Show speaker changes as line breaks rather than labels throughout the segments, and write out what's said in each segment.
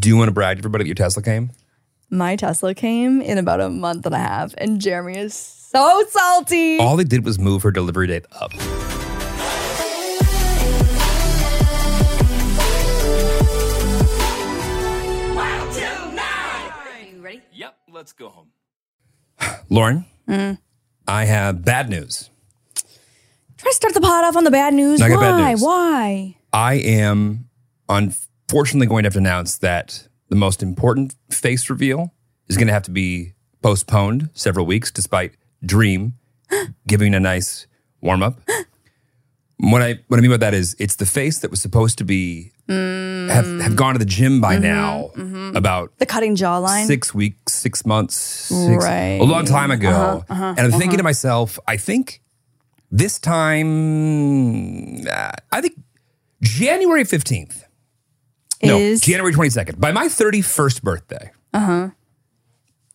Do you want to brag to everybody that your Tesla came?
My Tesla came in about a month and a half, and Jeremy is so salty.
All they did was move her delivery date up.
Yep, let's go home.
Lauren, I have bad news.
Try to start the pot off on the bad news.
I
Why?
got bad news.
Why?
I am unfortunately going to have to announce that the most important face reveal is going to have to be postponed several weeks, despite Dream giving a nice warm up. what I what I mean by that is it's the face that was supposed to be have, have gone to the gym by now about
The cutting jawline.
Six weeks, six months, six,
Right. Uh-huh,
a long time ago. and I'm thinking to myself, I think this time, uh, I think January 15th.
Is-
no, January 22nd. By my 31st birthday, uh-huh.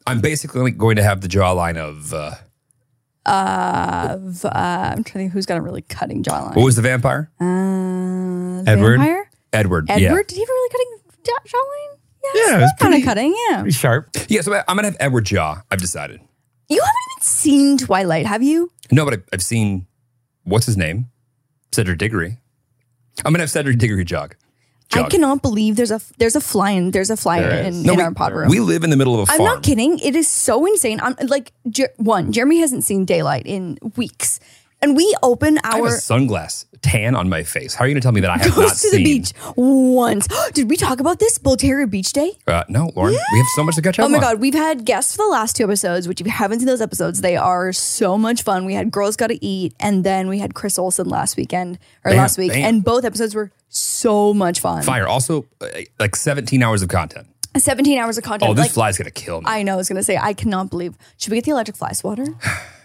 I'm basically going to have the jawline of, uh,
uh, I'm trying to think who's got a really cutting jawline.
what was the vampire?
uh, the
Oh. Edward?
Vampire?
Edward.
Edward?
Yeah.
Did he have a really cutting jaw- jawline? Yeah,
Yeah, it was
kind
pretty-
of cutting. Yeah.
Pretty sharp.
Yeah, so I- I'm going to have Edward jaw, I've decided.
You haven't even seen Twilight, have you?
No, but I, I've seen, what's his name? Cedric Diggory. I'm going to have Cedric Diggory jog.
I
Jog.
cannot believe there's a there's a fly in there's a fly
There
in,
is.
in
we,
our pod room.
we live in the middle of a
I'm
farm.
not kidding. It is so insane. I'm like Jer- one. Jeremy hasn't seen daylight in weeks, and we open
I have a
our
sunglass tan on my face. How are you going to tell me that I have not
goes to the
seen-
beach once. Did we talk about this Bolterra Beach Day?
Uh, no, Lauren, we have so much to catch up
Oh my
on.
god, we've had guests for the last two episodes. Which if you haven't seen those episodes, they are so much fun. We had girls got to eat, and then we had Chris Olsen last weekend or
Bam,
last week,
bam.
and both episodes were so much fun.
Fire. Also, uh, like 17 hours of content.
Seventeen hours of content.
Oh, this
Like,
fly's going to kill me.
I know. I was gonna say I cannot believe. Should we get the electric fly swatter?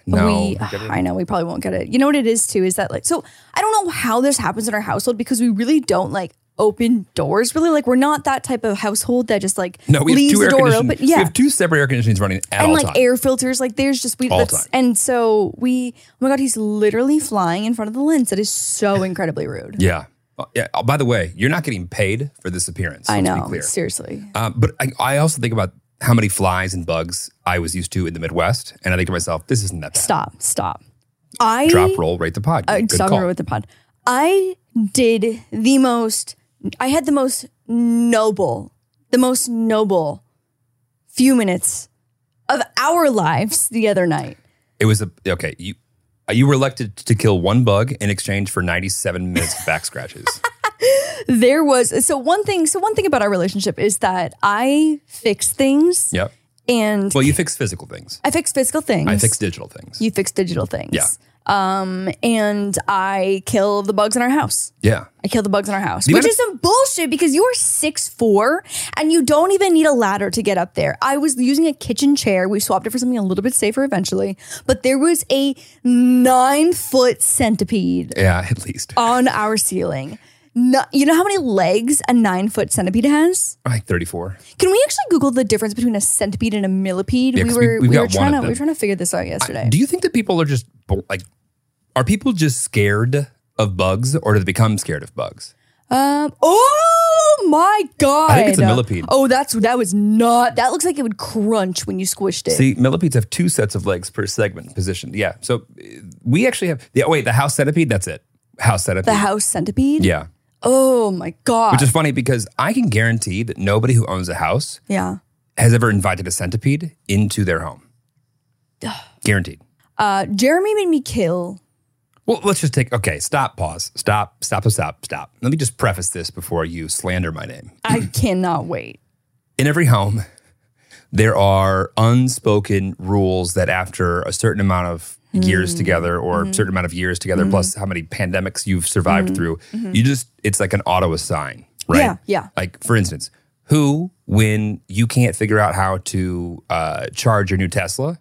no.
we, I know we probably won't get it. You know what it is too is that like so I don't know how this happens in our household because we really don't like open doors really like we're not that type of household that just like
no, we have
leaves
two
the
air
door
conditioning.
open. Yeah,
We have two separate air conditionings running at
and
all
like
times.
air filters like there's just we
All
that's,
time.
and so we oh my god he's literally flying in front of the lens that is so incredibly rude.
yeah. Oh, yeah. Oh, by the way, you're not getting paid for this appearance.
I
let's
know
Be clear.
seriously.
Uh, but I, I also think about how many flies and bugs I was used to in the Midwest, and I think to myself, this isn't that bad.
Stop stop. I
Drop, roll, rate the pod.
uh,
Good
stop
call.
over with the pod. I did the most. I had the most noble, the most noble few minutes of our lives the other night.
It was a okay. uh, You you were elected to kill one bug in exchange for ninety seven minutes of back scratches.
there was so one thing so one thing about our relationship is that I fix things
Yep.
and
Well, you fix physical things.
I fix physical things.
I fix digital things.
you fix digital things.
Yeah.
Um and I kill the bugs in our house.
yeah.
I kill the bugs in our house,
The
which
amount
is some bullshit because you are six four and you don't even need a ladder to get up there. I was using a kitchen chair. We swapped it for something a little bit safer eventually, but there was a nine foot centipede
Yeah, at least.
on our ceiling. No, you know how many legs a nine foot centipede has?
like 34.
Can we actually Google the difference between a centipede and a millipede?
Yeah,
we
'cause we-
were we,
we've
were
got one
trying
of
to we were
them.
trying to figure this out yesterday.
Do you think that people are just bo- like, are people just scared of bugs or do they become scared of bugs?
Um. Oh my god!
I think it's a millipede.
Oh, that's that was not. That looks like it would crunch when you squished it.
See, millipedes have two sets of legs per segment positioned. Yeah. So uh, we actually have, yeah, oh, wait, the house centipede, that's it. House centipede.
the house centipede.
yeah.
Oh my god.
Which is funny because I can guarantee that nobody who owns a house
yeah.
has ever invited a centipede into their home. Guaranteed.
Uh, Jeremy made me kill.
Well, let's just take, okay, stop, pause, stop, stop, stop, stop. Let me just preface this before you slander my name.
I cannot wait.
in every home, there are unspoken rules that after a certain amount of years together or a certain amount of years together, plus how many pandemics you've survived through, you just, it's like an auto assign, right?
Yeah, yeah.
Like, for instance, who, when you can't figure out how to uh, charge your new Tesla,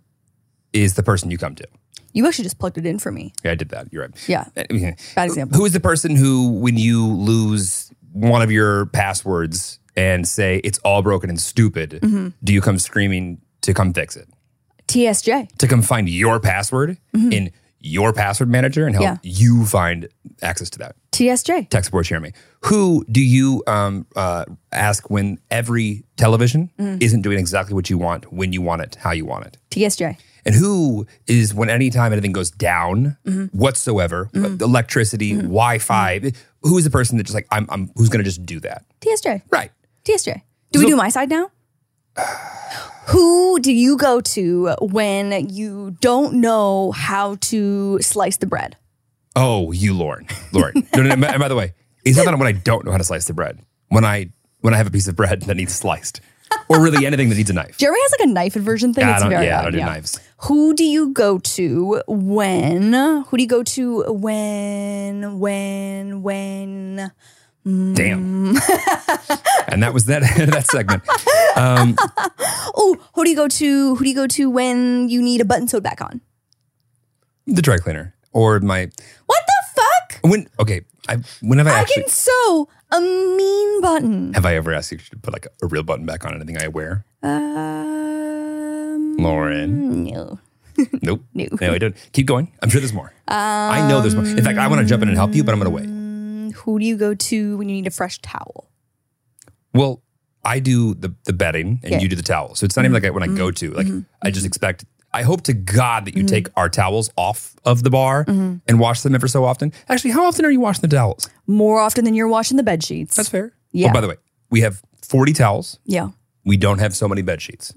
is the person you come to.
You actually just plugged it in for me.
Yeah, I did that. You're right.
Yeah.
Bad
Bad example.
Who is the person who, when you lose one of your passwords and say it's all broken and stupid,
Mm-hmm.
do you come screaming to come fix it?
TSJ.
To come find your password in your password manager and help
Mm-hmm. Yeah.
you find access to that?
TSJ.
Tech support Jeremy. Who do you um, uh, ask when every television isn't doing exactly what you want, when you want it, how you want it?
TSJ.
and who is when anytime anything goes down whatsoever uh, electricity wi-fi who is the person that just like i'm, I'm who's going to just do that
TSJ.
right
TSJ. Do we
So-
do my side now? Who do you go to when you don't know how to slice the bread?
oh you lauren lauren no, no, no, and by the way it's not that when i don't know how to slice the bread when i when i have a piece of bread that needs sliced or really anything that needs a knife
Jeremy has like a knife aversion thing.
Yeah, I
it's
don't-
very
yeah, I
odd,
don't do knives.
Who do you go to when? Who do you go to when? When? When?
damn and that was that that segment um,
Oh, who do you go to? Who do you go to when you need a button sewed back on?
the dry cleaner or my
What the fuck?
when okay i when have i,
I
actually
can sew a mean button.
have i ever asked you to put like a, a real button back on anything i wear
Um,
lauren
no.
Nope.
No.
No, I don't. Keep going. I'm sure there's more. I know there's more. In fact, I want to jump in and help you, but I'm going
Um,
to wait.
Who do you go to when you need a fresh towel?
Well, I do the, the bedding and
Yeah. Mm-hmm.
you do the towel. So it's not even like I, when I go to, like, I just expect, I hope to God that you take our towels off of the bar
Mm-hmm.
and wash them ever so often. Actually, how often are you washing the towels?
More often than you're washing the bed sheets.
That's fair.
Yeah.
Oh, by the way, we have 40 towels.
yeah.
We don't have so many bed sheets,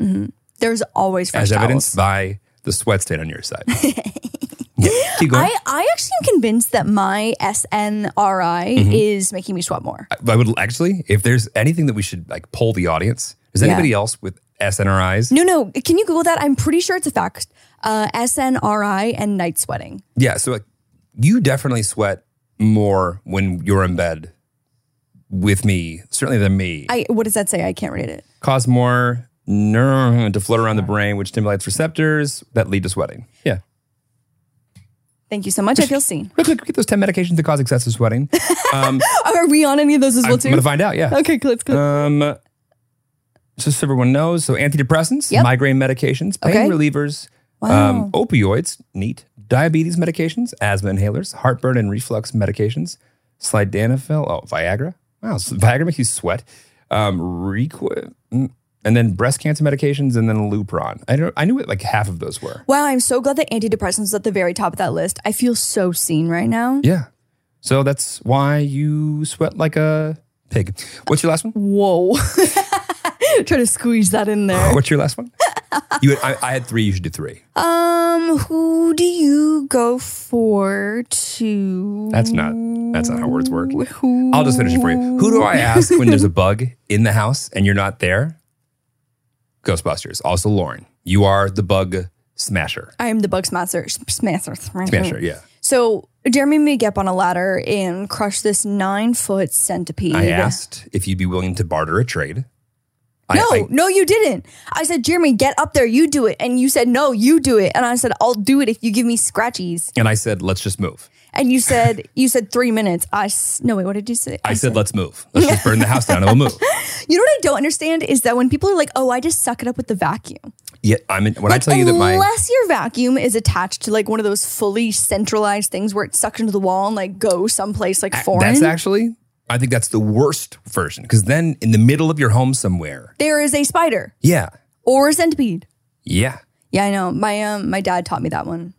There's always fresh
as
Mm-hmm. towels.
evidenced by the sweat stain on your side. yeah. Keep going.
I, I actually am convinced that my SNRI
Mm-hmm.
is making me swap more.
I would actually, if there's anything that we should like poll the audience, is
Yeah.
anybody else with SNRIs?
No, no. Can you Google that? I'm pretty sure it's a fact. Uh, SNRI and night sweating.
Yeah. So like, you definitely sweat more when you're in bed with me, certainly than me.
I what does that say? I can't read it.
Cause more neurons to float around the brain, which stimulates receptors that lead to sweating. Yeah.
Thank you so much. I feel seen.
Quick, quick, get those 10 medications that cause excessive sweating. Um,
Are we on any of those as
I'm,
well
I'm
too?
going to find out. Yeah.
okay, cool, let's go.
Um, just so everyone knows, so antidepressants,
Yep.
migraine medications, pain
Okay.
relievers, um, opioids, neat, diabetes medications, asthma inhalers, heartburn and reflux medications, sildenafil, oh Viagra. Wow, s- Viagra makes you sweat. Um, Requ- mm, and then breast cancer medications, and then Lupron. I don't. I knew what like half of those were.
wow, I'm so glad that antidepressants is at the very top of that list. I feel so seen right now.
Yeah. So that's why you sweat like a pig. What's your last one?
Whoa. Try to squeeze that in there.
What's your last one? You, I, I had three. You should do three.
Um, who do you go for to?
That's not. That's not how words work. I'll just finish it for you. Who do I ask when there's a bug in the house and you're not there? Ghostbusters. Also, Lauren, you are the bug smasher.
I am the bug smasher. Smasher.
Smasher. Yeah.
So Jeremy may get up on a ladder and crush this nine foot centipede.
I asked if you'd be willing to barter a trade. I-
No,
I-
no, you didn't. I said, Jeremy, get up there, you do it. And you said, no, you do it. And I said, I'll do it if you give me scratchies.
and I said, let's just move.
And you said, you said three minutes. I s- no, wait, what did you say?
I said, let's move. Let's just burn the house down and we'll move.
You know what I don't understand is that when people are like, "Oh, I just suck it up with the vacuum,"
Yeah, I mean, when I
Like,
tell you that my
unless your vacuum is attached to like one of those fully centralized things where it sucks into the wall and like go someplace like foreign,
that's actually, I think that's the worst version because then in the middle of your home somewhere,
there is a spider
yeah,
or a centipede.
yeah,
Yeah, I know. My um, my dad taught me that one.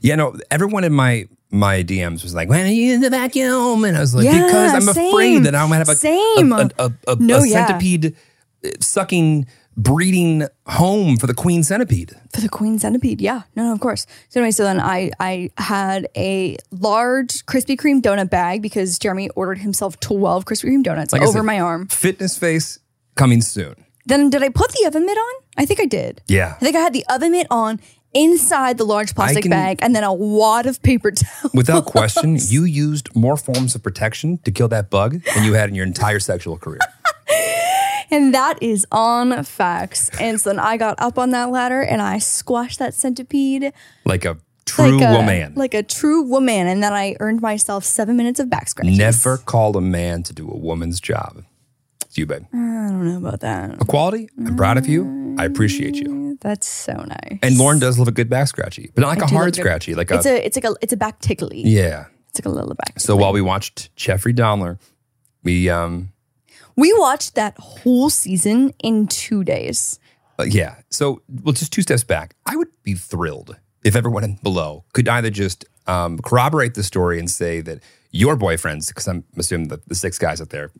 yeah. No, everyone in my my DMs was like, "When are you in the vacuum?" And I was like,
Yeah,
"Because I'm
same,
afraid that I'm gonna have a
same.
a, a, a, a-
No,
a
yeah.
centipede uh, sucking breeding home for the queen centipede."
For the queen centipede, yeah, no, no, of course. So anyway, so then I I had a large Krispy Kreme donut bag because Jeremy ordered himself twelve Krispy Kreme donuts
Like I
over
said-
my arm.
Fitness face coming soon.
Then did I put the oven mitt on? I think I did.
Yeah.
I think I had the oven mitt on inside the large plastic
can-
bag and then a wad of paper towel.
Without question, you used more forms of protection to kill that bug than you had in your entire sexual career.
And that is on facts. And so then I got up on that ladder and I squashed that centipede
Like a true
like a,
woman.
Like a true woman. And then I earned myself seven minutes of back scratches.
Never call a man to do a woman's job. It's you, babe.
I don't know about that.
Equality, I'm proud of you. I appreciate you.
That's so nice.
And Lauren does love a good back scratchy, but not like a
do
hard
like a-
scratchy. Like
it's
a,
a it's like a it's a back tickly.
yeah.
It's like a little back.
So while we watched Jeffrey Dahmer, we, um,
we watched that whole season in two days.
uh, yeah. So, well, just two steps back. I would be thrilled if everyone below could either just um, corroborate the story and say that your boyfriend's, because I'm assuming that the six guys out there,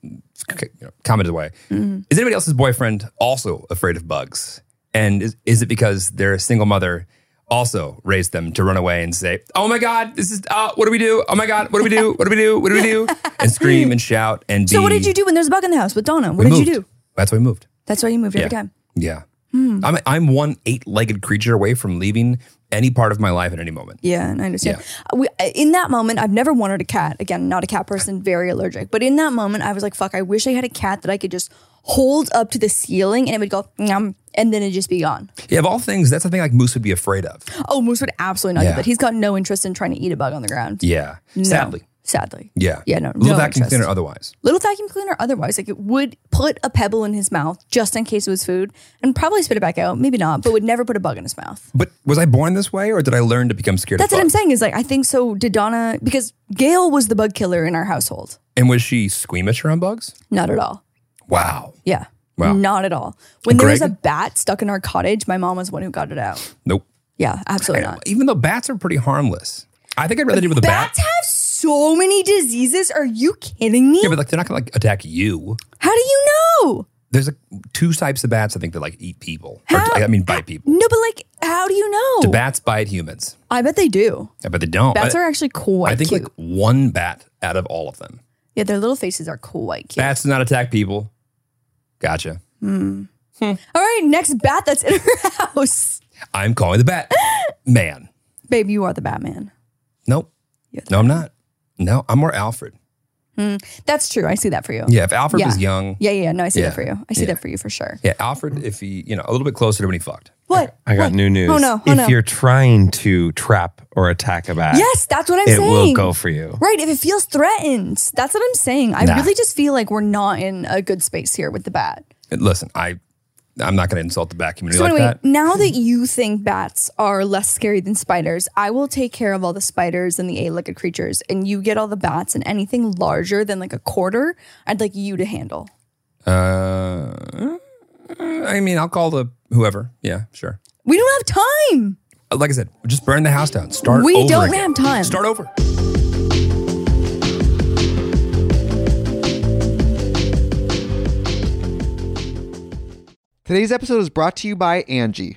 okay, you know, commented away,
Mm-hmm.
is anybody else's boyfriend also afraid of bugs? And is, is it because their single mother also raised them to run away and say, oh my God, this is, uh, what do we do? Oh my God, what do we do? What do we do? What do we do? And scream and shout and be.
So what did you do when there's a bug in the house with Donna? What
We
did you
moved.
do?
That's why we moved.
That's why you moved every
Yeah.
time.
Yeah.
Hmm.
I'm, I'm one eight legged creature away from leaving any part of my life at any moment.
Yeah, and I understand. Uh, We, in that moment, I've never wanted a cat. Again, not a cat person, very allergic. But in that moment, I was like, fuck, I wish I had a cat that I could just hold up to the ceiling and it would go, "Nyam," and then it'd just be gone.
Yeah, of all things, that's the thing like Moose would be afraid of.
Oh, Moose would absolutely not
Yeah.
do that. He's got no interest in trying to eat a bug on the ground.
Yeah.
No,
Sadly.
Sadly.
Yeah.
Yeah, no,
Little
no
vacuum
interest.
cleaner otherwise.
Little vacuum cleaner, otherwise, like it would put a pebble in his mouth just in case it was food and probably spit it back out. Maybe not, but would never put a bug in his mouth.
But was I born this way or did I learn to become scared
That's
of
what I'm
bugs?
saying is like, I think so. Did Donna, because Gail was the bug killer in our household.
And was she squeamish around bugs?
Not at all.
Wow.
Yeah.
Wow.
Not at all. When there was a
Greg?
bat stuck in our cottage, my mom was the one who got it out.
Nope.
Yeah, absolutely not.
Even though bats are pretty harmless. I think I'd rather deal with a bat.
Bats have so many diseases. Are you kidding me?
Yeah, but like they're not gonna like attack you.
How do you know?
There's like two types of bats I think that like eat people. Or,
How-
I mean bite people.
No, but like, how do you know?
Do bats bite humans?
I bet they do.
I bet they don't.
Bats
I-
are actually quite
I think
cute.
like one bat out of all of them.
yeah, their little faces are quite cute.
Bats do not attack people. Gotcha.
All right, next bat that's in her house.
I'm calling the bat man.
Babe, you are the Batman.
Nope.
You're the
No, I'm not. No, I'm more Alfred.
That's true. I see that for you.
Yeah, if Alfred
Yeah.
was young.
yeah, yeah. No, I see
Yeah.
that for you. I see
Yeah.
that for you for sure.
Yeah, Alfred, if he, you know, a little bit closer to when he fucked.
What?
I got
What?
new news.
Oh, no. Oh,
if
no.
you're trying to trap or attack a bat,
Yes, that's what I'm
it
saying.
will go for you.
Right. If it feels threatened, that's what I'm saying. I
Nah.
really just feel like we're not in a good space here with the bat.
And Listen, I, I'm not going to insult the bat community
So,
like
anyway,
that.
now that you think bats are less scary than spiders, I will take care of all the spiders and the eight legged creatures, and you get all the bats and anything larger than like a quarter, I'd like you to handle.
Uh, I mean, I'll call the whoever. Yeah, sure. Uh,
We don't have time.
Like I said, just burn the house down. Start.
We
over
don't
again.
have time.
Start over.
Today's episode is brought to you by Angie.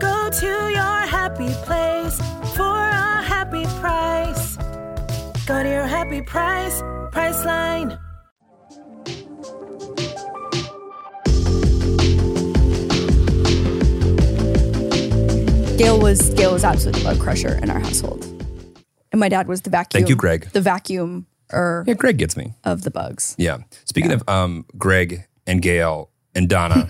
Go to your happy place for a happy price. Go to your happy price, Priceline.
Gail was Gail was absolutely the bug crusher in our household, and my dad was the vacuum.
Thank you, Greg.
The vacuum er
Yeah, Greg gets me.
of the bugs.
Yeah. Speaking of um, Greg and Gail and Donna,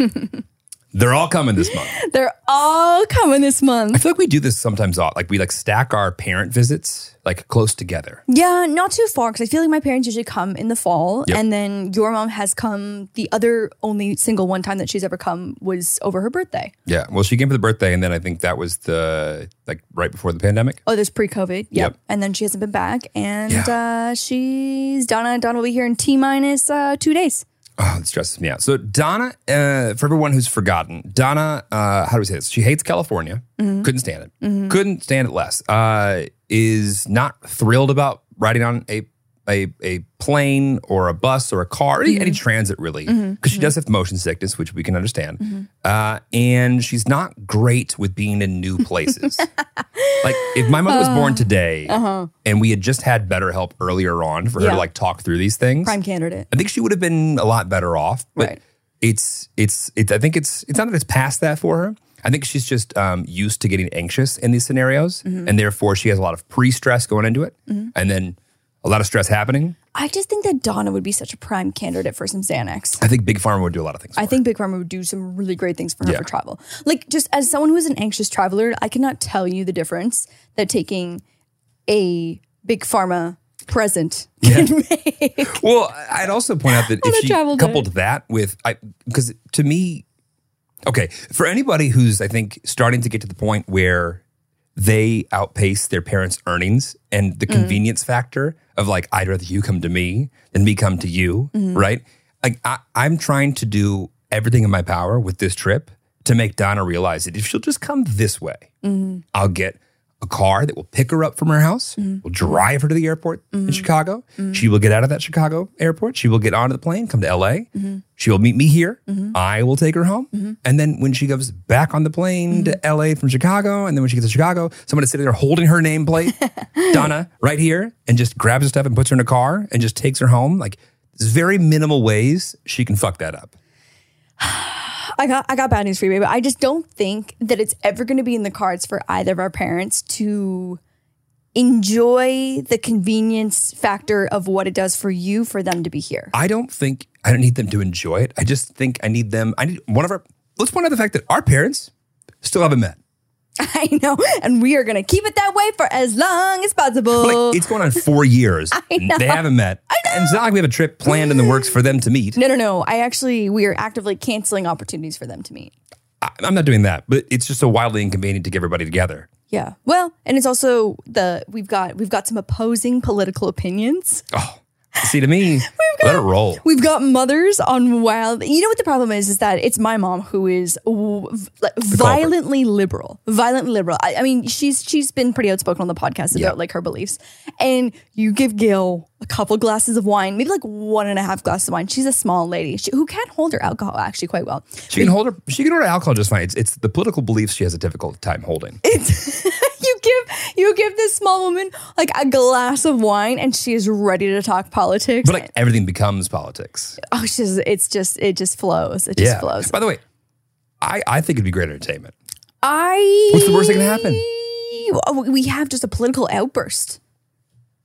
they're all coming this month.
They're all coming this
I
month.
feel like we do this sometimes. Off. Like we like stack our parent visits like close together.
Yeah, not too far because I feel like my parents usually come in the fall,
Yep.
and then your mom has come. The other only single one time that she's ever come was over her birthday.
Yeah. Well, she came for the birthday, and then I think that was the like right before the pandemic.
Oh, there's pre-COVID. Yep.
Yep.
And then she hasn't been back, and uh, she's Donna. Donna will be here in t minus uh, two days.
Oh, it stresses me out. So Donna, uh, for everyone who's forgotten, Donna, uh, how do we say this? She hates California.
Mm-hmm.
Couldn't stand it. Couldn't stand it less. Uh, is not thrilled about riding on a a, a plane or a bus or a car, any,
Mm-hmm.
any transit really, because she does have motion sickness, which we can understand.
Mm-hmm.
Uh, and she's not great with being in new places. like if my mother was
Uh-huh.
born today and we had just had better help earlier on for her
Yeah.
to like talk through these things,
Prime candidate.
I think she would have been a lot better off. But
Right.
it's it's it's I think it's it's not that it's past that for her. I think she's just um, used to getting anxious in these scenarios,
Mm-hmm.
and therefore she has a lot of pre-stress going into it, and then a lot of stress happening.
I just think that Donna would be such a prime candidate for some Xanax.
I think Big Pharma would do a lot of things.
I
for
think Big Pharma would do some really great things for her
Yeah.
for travel. Like, just as someone who is an anxious traveler, I cannot tell you the difference that taking a Big Pharma present can make.
her. Well, I'd also point out that
On a
if she
travel day.
coupled that with I because to me, okay, for anybody who's I think starting to get to the point where they outpace their parents' earnings and
Mm.
the convenience factor of like, I'd rather you come to me than me come to you,
Mm-hmm.
right? Like, I, I'm trying to do everything in my power with this trip to make Donna realize that if she'll just come this way, I'll get a car that will pick her up from her house, will drive her to the airport in Chicago. She will get out of that Chicago airport. She will get onto the plane, come to LA. She will meet me here. I will take her home. And then when she goes back on the plane to LA from Chicago, and then when she gets to Chicago, someone is sitting there holding her nameplate, Donna, right here, and just grabs her stuff and puts her in a car and just takes her home. Like, there's very minimal ways she can fuck that up.
I got I got bad news for you, baby. I just don't think that it's ever going to be in the cards for either of our parents to enjoy the convenience factor of what it does for you for them to be here.
I don't think I don't need them to enjoy it. I just think I need them. I need one of our. Let's point out the fact that our parents still haven't met.
I know. And we are going to keep it that way for as long as possible.
But like, it's going on four years. and They haven't met. And it's not like we have a trip planned in the works for them to meet.
no, no, no. I actually, we are actively canceling opportunities for them to meet.
I, I'm not doing that, but it's just so wildly inconvenient to get everybody together.
Yeah. Well, and it's also the we've got we've got some opposing political opinions.
See, to me, let it roll.
We've got mothers on wild. You know what the problem is? Is that it's my mom who is w- v- like, violently liberal, violently liberal. I, I mean, she's she's been pretty outspoken on the podcast about like her beliefs. And you give Gail a couple glasses of wine, maybe like one and a half glasses of wine. She's a small lady she, who can hold her alcohol actually quite well.
She can hold her. She can order alcohol just fine. It's, it's the political beliefs she has a difficult time holding.
It's you give you give this small woman like a glass of wine, and she is ready to talk politics.
But like everything becomes politics.
oh, she's it's just it just flows. It just flows.
By the way, I, I think it'd be great entertainment.
I.
What's the worst that can happen?
Oh, We have just a political outburst.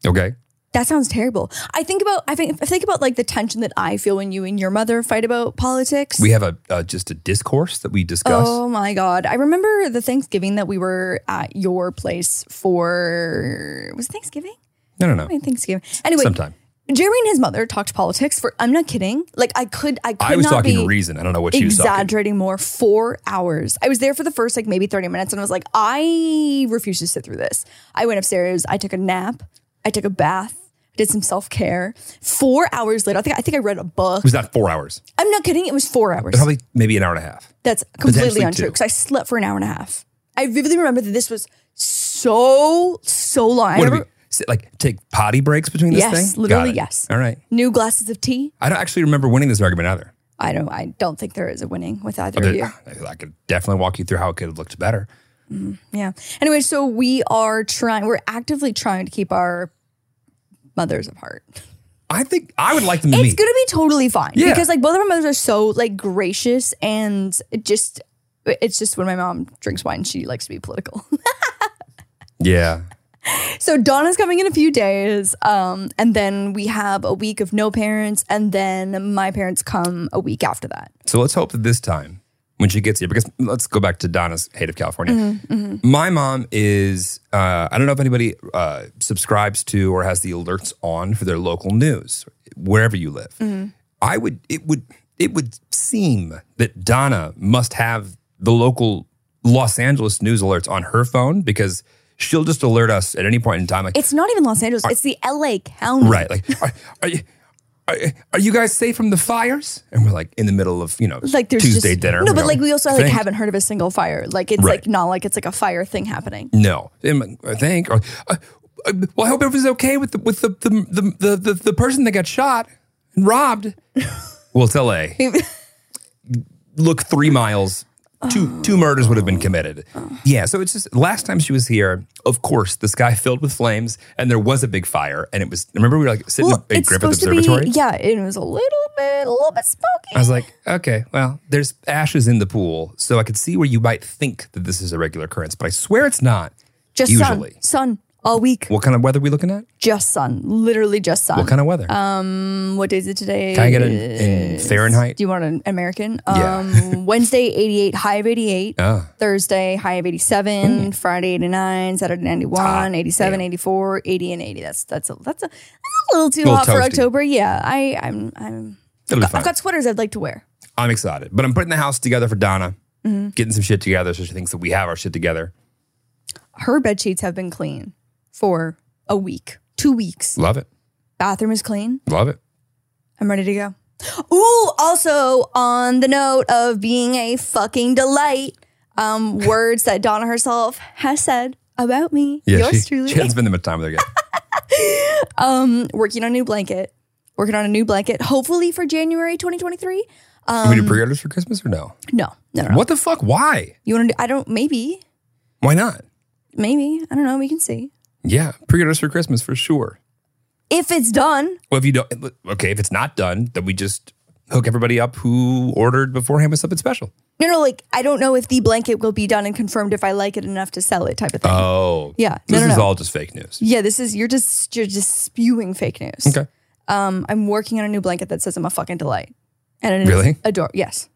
Okay.
That sounds terrible. I think about I think I think about like the tension that I feel when you and your mother fight about politics.
We have a uh, just a discourse that we discuss.
oh my god! I remember the Thanksgiving that we were at your place for. Was it Thanksgiving?
no, no, no.
I mean, Thanksgiving. Anyway,
Sometime.
Jeremy and his mother talked politics for. I'm not kidding. Like I could. I could
I was
not
talking
be
reason. I don't know what she was talking.
exaggerating more. Four hours. I was there for the first like maybe 30 minutes and I was like, I refuse to sit through this. I went upstairs, I took a nap, I took a bath, did some self-care. Four hours later, I think I think I read a book.
It was not four hours.
I'm not kidding, it was four hours.
Probably maybe an hour and a half.
That's completely
potentially
untrue
two.
because I slept for an hour and a half. I vividly remember that this was so, so long.
What
I
do we
remember
sit- like take potty breaks between this
Yes,
thing? Got
literally
it.
yes.
All right.
new glasses of tea.
I don't actually remember winning this argument either.
I don't I don't think there is a winning with either of
But
you.
I- I could definitely walk you through how it could have looked better.
Yeah. Anyway, so we are trying, we're actively trying to keep our mothers apart.
I think I would like them to
It's
meet.
going to be totally fine
Yeah.
because like both of our mothers are so like gracious and it just, it's just when my mom drinks wine, she likes to be political.
Yeah.
so Donna's coming in a few days. Um, and then we have a week of no parents. And then my parents come a week after that.
So let's hope that this time when she gets here, because let's go back to Donna's hate of California. My mom is, uh, I don't know if anybody uh, subscribes to or has the alerts on for their local news, wherever you live. I would, it would, it would seem that Donna must have the local Los Angeles news alerts on her phone because she'll just alert us at any point in time. Like,
It's not even Los Angeles. It's the LA County.
right. Like, are, are you? Are, are you guys safe from the fires? And we're like in the middle of you know
Like there's
Tuesday
just,
dinner.
No,
We're
but like we also like
"Thank
haven't heard of a single fire. Like it's
Right.
like not like it's like a fire thing happening.
No, Um, I think. Or, uh, uh, well, I hope everything's okay with the with the the the the, the, the person that got shot and robbed. well, it's L.A. Look, three miles. Two two murders would have been committed. Yeah, so it's just last time she was here. Of course, the sky filled with flames, and there was a big fire, and it was. Remember, we were like sitting
Well,
at
it's
Griffith
supposed
Observatory.
to be. Yeah, it was a little bit, a little bit smoky.
I was like, okay, well, there's ashes in the pool, so I could see where you might think that this is a regular occurrence, but I swear it's not.
just
usually.
sun, sun all week.
What kind of weather are we looking at?
Just sun, literally just sun.
What kind of weather?
Um, what day is it today?
Can I get it in- in Fahrenheit?
Do you want an American?
Yeah.
Um, Wednesday, eighty-eight, high of eighty-eight.
Ah.
Thursday, high of eighty-seven. Friday, eighty-nine. Saturday,
Ah,
91, 87, 84, 80, and eighty. That's that's a that's a, that's a little too
Little
hot for
toasty.
October. Yeah, I I'm I'm.
It'll be fine.
I've got sweaters I'd like to wear.
I'm excited, but I'm putting the house together for Donna,
Mm-hmm.
getting some shit together so she thinks that we have our shit together.
her bed sheets have been clean for a week, two weeks.
Love it.
Bathroom is clean.
Love it.
I'm ready to go. Ooh, also on the note of being a fucking delight, um, words that Donna herself has said about me. yours
she,
truly.
she hasn't spent that much time with her yet.
um, working on a new blanket. Working on a new blanket, hopefully for January 2023.
Can we
Um,
do pre-orders for Christmas or no?
No, no, no.
What the fuck? Why?
You want to? I don't. Maybe,
Why not?
maybe. I don't know. We can see
Yeah, pre-orders for Christmas for sure.
if it's done.
Well, if you don't, okay, if it's not done, then we just hook everybody up who ordered beforehand with something special.
No, no. Like I don't know if the blanket will be done and confirmed if I like it enough to sell it, type of thing.
Oh,
Yeah. No,
This
no,
is
no.
all just fake news.
Yeah, this is you're just you're just spewing fake news.
Okay.
Um, I'm working on a new blanket that says I'm a fucking delight, and it is
Really?
ador- yes,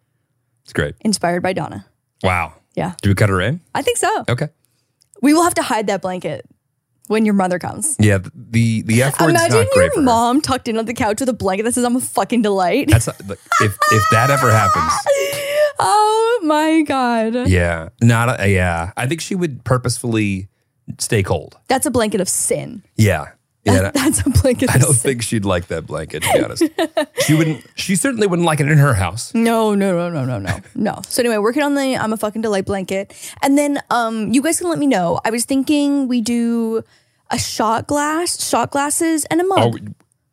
It's great.
inspired by Donna.
Wow.
Yeah.
Do we cut her in?
I think so.
Okay.
We will have to hide that blanket when your mother comes.
Yeah. th- The the F word's
Imagine
not great for
your
her.
mom tucked in on the couch with a blanket that says "I'm a fucking delight."
That's not- look, if if that ever happens.
oh my god.
Yeah. Not a, yeah. I think she would purposefully stay cold.
That's a blanket of sin.
Yeah. Yeah.
That- that's a blanket.
I
of
don't
sin.
think she'd like that blanket, to be honest. she wouldn't she certainly wouldn't like it in her house.
No, no, no, no, no, no, no. So anyway, working on the I'm a fucking delight blanket, and then um, you guys can let me know. I was thinking we do a shot glass, shot glasses, and a mug,
Oh, we-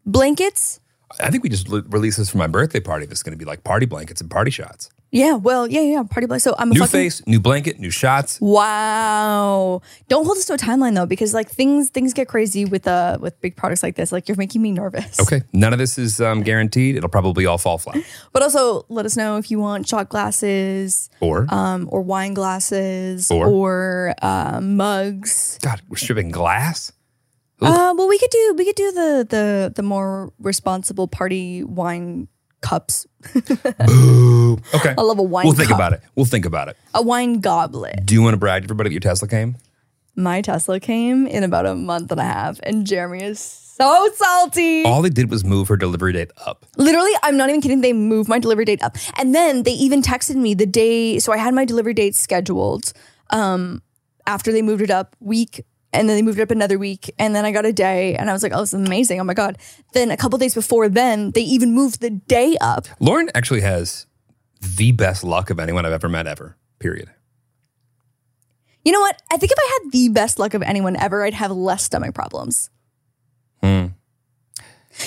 blankets.
I think we just le- release this for my birthday party. This is going to be like party blankets and party shots.
Yeah, well, yeah, yeah, party blanket. So I'm a
New
fucking
face, new blanket, new shots.
Wow! Don't hold us to a timeline though, because like things things get crazy with uh with big products like this. Like you're making me nervous.
Okay. None of this is um, guaranteed. It'll probably all fall flat.
But also, let us know if you want shot glasses,
Or
um, or wine glasses,
Or?
or uh, mugs.
God, we're shipping glass.
Uh, well, we could do we could do the the the more responsible party wine cups.
Okay.
I love a wine.
We'll think
cup.
about it. We'll think about it.
A wine goblet.
Do you want to brag to everybody that your Tesla came?
My Tesla came in about a month and a half, and Jeremy is so salty.
All they did was move her delivery date up.
Literally, I'm not even kidding. They moved my delivery date up. And then they even texted me the day. So I had my delivery date scheduled um, after they moved it up week. And then they moved it up another week. And then I got a day. And I was like, oh, this is amazing. Oh my God. Then a couple days before then, they even moved the day up.
Lauren actually has the best luck of anyone I've ever met ever. Period.
You know what? I think if I had the best luck of anyone ever, I'd have less stomach problems.
Hmm.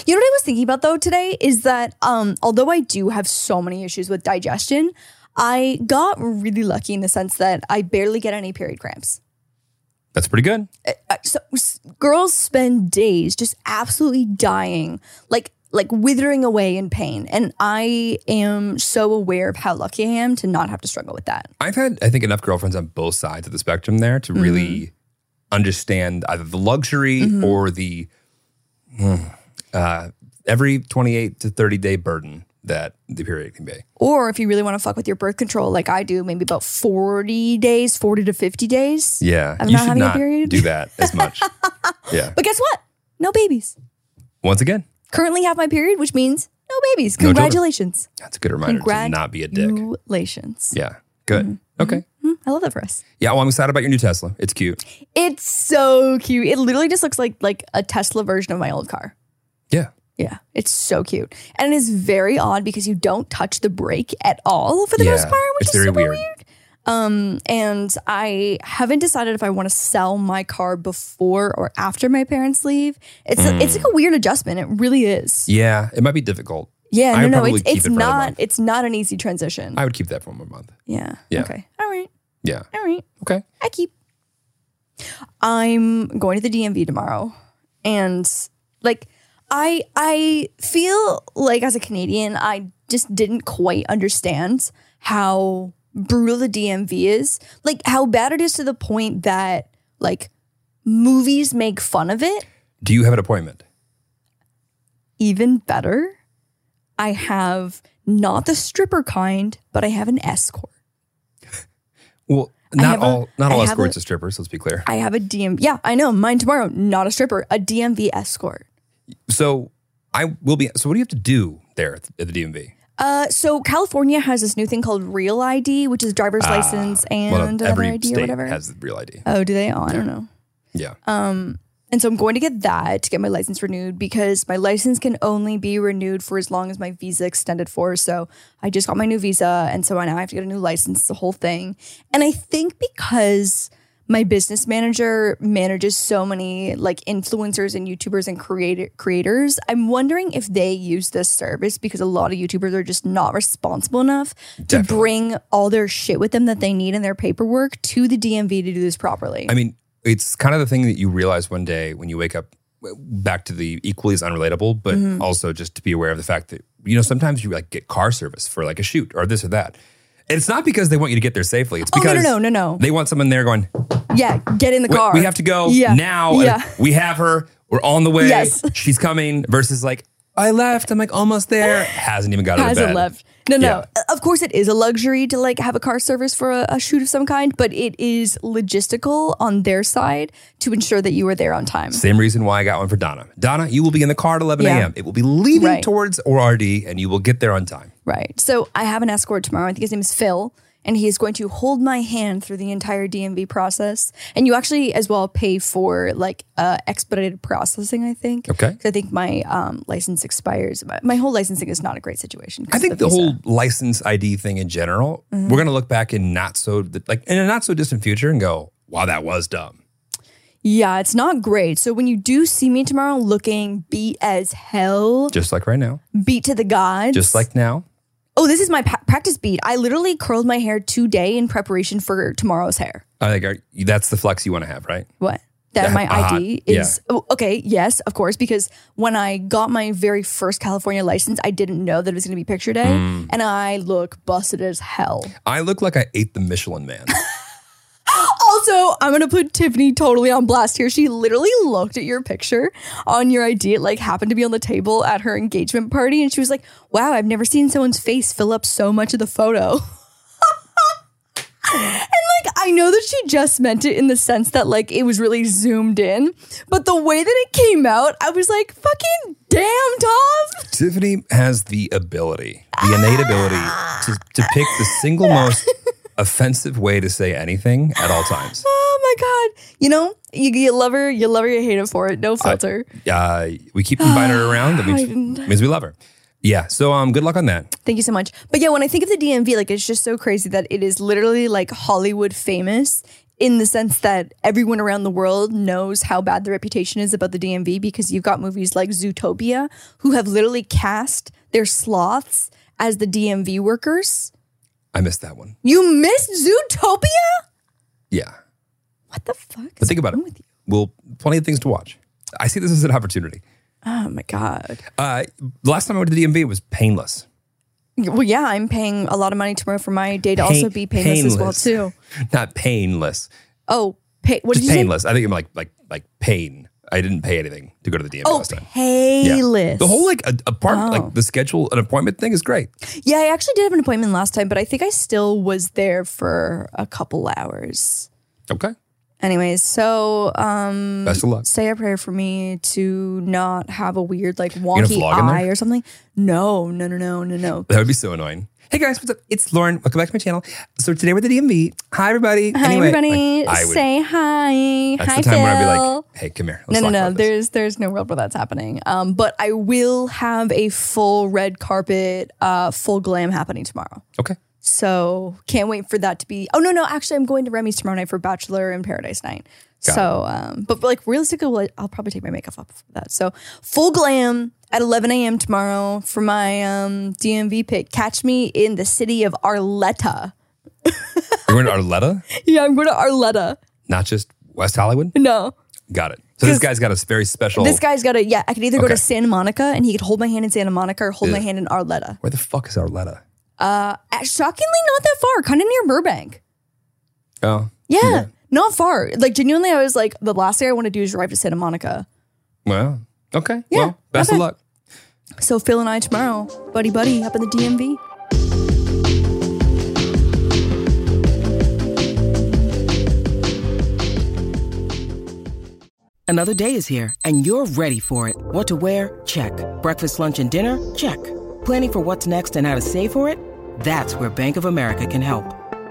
You know what I was thinking about though today is that um, although I do have so many issues with digestion, I got really lucky in the sense that I barely get any period cramps.
That's pretty good.
Uh, So, s- girls spend days just absolutely dying, like like withering away in pain, and I am so aware of how lucky I am to not have to struggle with that.
I've had, I think, enough girlfriends on both sides of the spectrum there to
Mm-hmm.
really understand either the luxury or the hmm, uh, every 28 to 30 day burden that the period can be.
Or if you really want to fuck with your birth control, like I do, maybe about forty days, forty to fifty days.
Yeah.
I'm
you
not
should
having a
not
period.
do that as much. yeah.
But guess what? No babies.
Once again,
Currently have my period, which means no babies.
No children.
Congratulations.
that's a good reminder to not be a dick.
Mm-hmm. Congratulations.
Yeah. Good. Okay.
Hmm, I love that for us.
Yeah. Well, I'm excited about your new Tesla. It's cute.
It's so cute. It literally just looks like like a Tesla version of my old car.
Yeah.
Yeah, it's so cute, and it is very odd because you don't touch the brake at all for the
Yeah,
most part, which
it's
is
very
super
weird.
weird. Um, and I haven't decided if I want to sell my car before or after my parents leave. It's it's
Hmm.
like a weird adjustment. It really is.
Yeah. It might be difficult.
Yeah,
I
no,
would
no,
probably
it's
keep
it's
it for another
not
month.
it's not an easy transition.
I would keep that for one month.
yeah.
Yeah.
Okay. All right.
Yeah.
All right.
Okay.
I keep. I'm going to the DMV tomorrow, and like I I feel like as a Canadian, I just didn't quite understand how brutal the DMV is, like how bad it is to the point that like movies make fun of it.
Do you have an appointment?
Even better, I have not the stripper kind, but I have an escort.
Well,
I
not
have a-
all not all
I have
escorts
a-
are strippers. Let's be clear.
I have a DM. Yeah, I know. Mine tomorrow. Not a stripper. A DMV escort.
So I will be. So what do you have to do there at the, at the DMV?
Uh, so California has this new thing called Real ID, which is driver's license and
Ah, Well,
another
every
ID
state
or whatever.
has the real ID.
oh, do they? Oh, I don't know.
Yeah.
Um, and so I'm going to get that to get my license renewed because my license can only be renewed for as long as my visa extended for. So I just got my new visa, and so I now have to get a new license. The whole thing, and I think because my business manager manages so many like influencers and YouTubers and creator creators, I'm wondering if they use this service because a lot of YouTubers are just not responsible enough to
Definitely.
bring all their shit with them that they need in their paperwork to the DMV to do this properly.
I mean, it's kind of the thing that you realize one day when you wake up. Back to the equally as unrelatable, but
Mm-hmm.
also just to be aware of the fact that you know sometimes you like get car service for like a shoot or this or that. And it's not because they want you to get there safely. It's
Oh, no,
because
no, no, no, no.
they want someone there going,
Yeah, get in the
we,
car.
we have to go
Yeah.
now.
Yeah.
We have her. We're on the way.
Yes.
She's coming. Versus like, I left. I'm like almost there. Hasn't even got out of
Hasn't
bed.
left. No, no.
Yeah.
Uh, Of course, it is a luxury to like have a car service for a, a shoot of some kind, but it is logistical on their side to ensure that you are there on time.
Same reason why I got one for Donna. Donna, you will be in the car at 11
Yeah.
a.m. It will be leaving
Right.
towards ORD and you will get there on time.
Right. So I have an escort tomorrow. I think his name is Phil, and he is going to hold my hand through the entire DMV process. And you actually, as well, pay for like uh, expedited processing. I think.
Okay.
'Cause I think my um, license expires. My, my whole licensing is not a great situation. 'cause
I
of
think the
visa.
whole license ID thing in general, we're going to look back in not so like in a not so distant future and go, wow, that was dumb.
Yeah, it's not great. So when you do see me tomorrow, looking beat as hell,
Just like right now,
beat to the gods,
just like now.
oh, this is my pa- practice beat. I literally curled my hair today in preparation for tomorrow's hair.
I think are- that's the flex you want to have, right?
What? That my
Ah,
ID is oh, okay. Yes, of course. Because when I got my very first California license, I didn't know that it was going to be picture day,
Mm.
and I look busted as hell.
I look like I ate the Michelin man.
Also, I'm going to put Tiffany totally on blast here. She literally looked at your picture on your ID. It like happened to be on the table at her engagement party, and she was like, "Wow, I've never seen someone's face fill up so much of the photo." like, I know that she just meant it in the sense that like it was really zoomed in, but the way that it came out, I was like, fucking damn, Tom.
Tiffany has the ability, the innate ability to, to pick the single most offensive way to say anything at all times.
Oh my God. You know, you, you love her, you love her, you hate her for it. No filter.
Uh, we keep inviting her around. That means, means we love her. Yeah. So um, good luck on that.
Thank you so much. But yeah, when I think of the DMV, like it's just so crazy that it is literally like Hollywood famous in the sense that everyone around the world knows how bad the reputation is about the DMV because you've got movies like Zootopia who have literally cast their sloths as the DMV workers.
I missed that one.
You missed Zootopia?
Yeah.
What the fuck?
But think about it.
With you?
We'll plenty of things to watch. I see this as an opportunity.
Oh my god.
Uh, the last time I went to the DMV, it was painless.
Well, yeah, I'm paying a lot of money tomorrow for my day to also
Pain-
be painless, as well
painless.
too.
Not painless,
Oh, pay, what
just
did you
painless. I think I'm like like like pain. I didn't pay anything to go to the DMV last
say?
time.
Oh, payless.
The whole like a, apart like the schedule an appointment thing is great.
Yeah, I actually did have an appointment last time, but I think I still was there for a couple hours.
Okay,
Anyways, so um
best of luck.
say a prayer for me to not have a weird like
gonna
wonky
vlog in there?
eye or something. No, no, no, no, no, no.
That would be so annoying. Hey guys, what's up? It's Lauren. Welcome back to my channel. So today we're at the DMV. Hi everybody.
Hi
Anyway,
everybody.
like, I would-
say hi.
That's
hi
the time
Phil.
when I'd be like, Hey, come here. Let's
no, no,
talk
no.
about this.
There's there's no world where that's happening. Um, but I will have a full red carpet, uh, full glam happening tomorrow.
Okay.
So can't wait for that to be. Oh no, no, actually, I'm going to Remy's tomorrow night for Bachelor in Paradise night.
Got
so, um, but like realistically, well, I'll probably take my makeup off for that. So full glam at 11 a.m. tomorrow for my um, DMV pick. Catch me in the city of Arleta.
You're in Arletta,
Yeah, I'm going to Arleta.
not just West Hollywood.
No,
Got it. So this
'Cause
guy's got a very special.
this guy's got to. Yeah, I could either go
Oh. Okay.
to Santa Monica and he could hold my hand in Santa Monica or hold my
Ugh.
hand in Arleta.
Where the fuck is Arletta?
Uh, shockingly, not that far. Kind of near Burbank.
Oh,
Yeah, not far. Like genuinely, I was like, the last thing I want to do is drive to Santa Monica.
well, okay.
Yeah,
well, best
okay.
of luck.
So Phil and I tomorrow, buddy buddy, up in the DMV.
Another day is here, and you're ready for it. What to wear? Check. Breakfast, lunch, and dinner? Check. Planning for what's next and how to save for it? That's where Bank of America can help.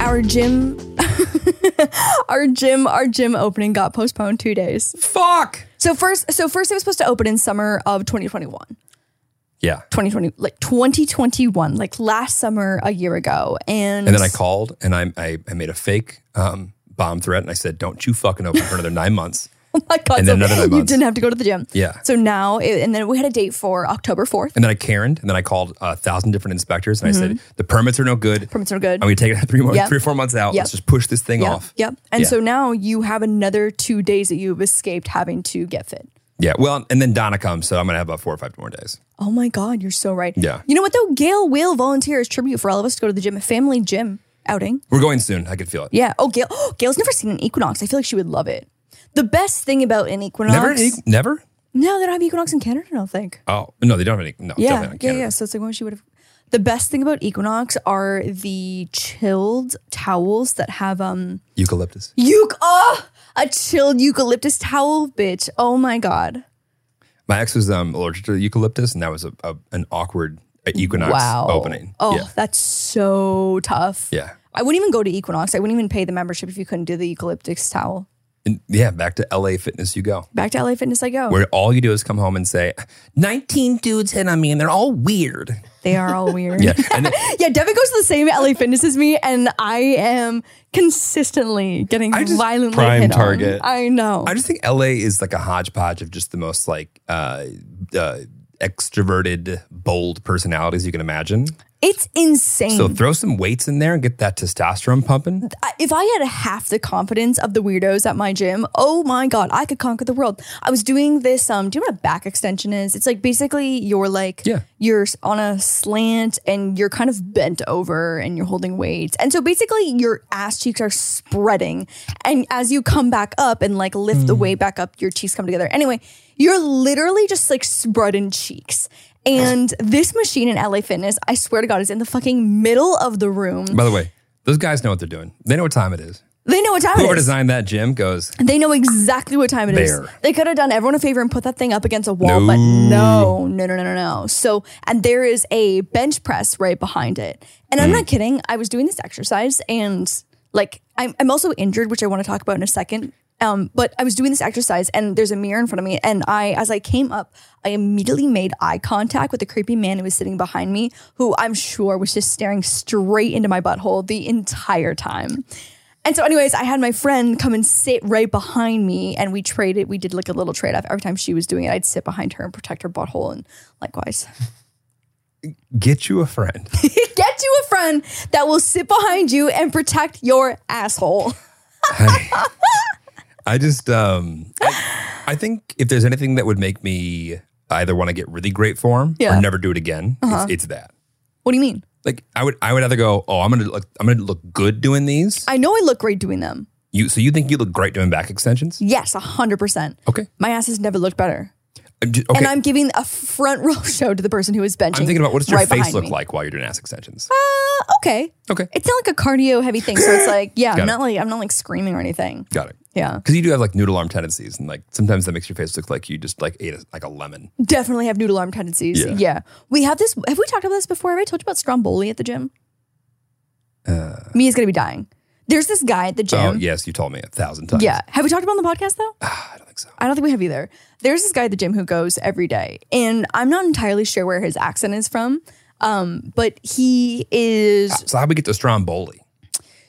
our gym, our gym, our gym opening got postponed two days.
Fuck.
So first, so first it was supposed to open in summer of 2021,
Yeah.
2020, like 2021, like last summer a year ago. And,
And then I called and I I, I made a fake um, bomb threat and I said, "Don't you fucking open for another nine months."
Oh my god!
And
so
then another nine
you
months.
didn't have to go to the gym.
Yeah.
So now, it, and then we had a date for October fourth.
And then I Karened, and then I called a thousand different inspectors, and I said the permits are no good.
Permits are good.
I'm going to take it three, mo-
Mm-hmm. Yep.
three or four months out.
Yep.
Let's just push this thing
Yep,
off.
Yep. And
Yeah.
so now you have another two days that you've escaped having to get fit.
Yeah. Well, and then Donna comes, so I'm going to have about four or five more days.
Oh my God, you're so right.
Yeah.
You know what though? Gail will volunteer as tribute for all of us to go to the gym, a family gym outing.
We're going soon. I can feel it.
Yeah. Oh, Gail. Gail's never seen an equinox. I feel like she would love it. The best thing about an equinox.
Never, any- never.
No, they don't have equinox in Canada. I don't think.
Oh no, they don't have any. No,
yeah.
definitely not
yeah.
Canada.
Yeah. So it's like when she would have. The best thing about equinox are the chilled towels that have um
Eucalyptus.
you oh a chilled eucalyptus towel, bitch. Oh my god.
My ex was um, allergic to eucalyptus, and that was a, a an awkward uh, equinox
wow.
opening.
Oh,
Yeah.
that's so tough.
Yeah.
I wouldn't even go to Equinox. I wouldn't even pay the membership if you couldn't do the eucalyptus towel.
And yeah. Back to LA fitness you go.
Back to LA Fitness I go.
Where all you do is come home and say, 19 dudes hit on me and they're all weird.
they are all weird.
Yeah. And then-
Yeah, Devin goes to the same LA Fitness as me, and I am consistently getting
I just-
violently
Prime
hit on.
target.
I know.
I just think LA is like a hodgepodge of just the most like uh, uh, extroverted, bold personalities you can imagine.
it's insane.
So throw some weights in there and get that testosterone pumping.
I- if I had half the confidence of the weirdos at my gym, oh my god, I could conquer the world. I was doing this. Um, do you know what a back extension is? It's like basically you're like
Yeah.
you're s- on a slant and you're kind of bent over and you're holding weights, and so basically your ass cheeks are spreading, and as you come back up and like lift the weight back up, your cheeks come together. Anyway, you're literally just like spreading cheeks. And this machine in LA Fitness, I swear to God, is in the fucking middle of the room.
By the way, those guys know what they're doing. They know what time it is.
They know what time it
Whoever
is.
designed that gym goes,
They know exactly what time it is.
There.
They could have done everyone a favor and put that thing up against a wall,
No.
but no, no, no, no, no, no. So, and there is a bench press right behind it. And I'm not kidding. I was doing this exercise and like I'm, I'm also injured, which I want to talk about in a second. Um, but I was doing this exercise and there's a mirror in front of me. And I, as I came up, I immediately made eye contact with the creepy man who was sitting behind me, who I'm sure was just staring straight into my butthole the entire time. And so, anyways, I had my friend come and sit right behind me, and we traded. We did like a little trade off. Every time she was doing it, I'd sit behind her and protect her butthole, and likewise,
get you a friend.
get you a friend that will sit behind you and protect your asshole.
I, I just, um, I, I think if there's anything that would make me either want to get really great form
Yeah. Uh-huh.
or never do it again, it's, it's that.
What do you mean?
Like I would, I would either go, oh, I'm gonna look, I'm gonna look good doing these.
I know I look great doing them.
you, so you think you look great doing back extensions?
Yes, hundred percent.
Okay,
My ass has never looked better,
I'm ju- okay.
and I'm giving a front row show to the person who is benching.
I'm thinking about what does your
right
face
behind
look
me.
like while you're doing ass extensions?
Uh, okay,
Okay,
it's not like a cardio heavy thing, so it's like yeah,
Got
I'm
it.
not like I'm not like screaming or anything.
got it.
Yeah,
Because you do have like noodle arm tendencies, and like sometimes that makes your face look like you just like ate a, like a lemon.
definitely have noodle arm tendencies. Yeah.
Yeah.
We have this. Have we talked about this before? Have I told you about Stromboli at the gym? Mia's going to be dying. There's this guy at the gym.
Uh, Oh yes, you told me a thousand times.
Yeah. Have we talked about it on the podcast though?
I don't think so.
I don't think we have either. There's this guy at the gym who goes every day, and I'm not entirely sure where his accent is from. Um, but he is
So how we get to Stromboli?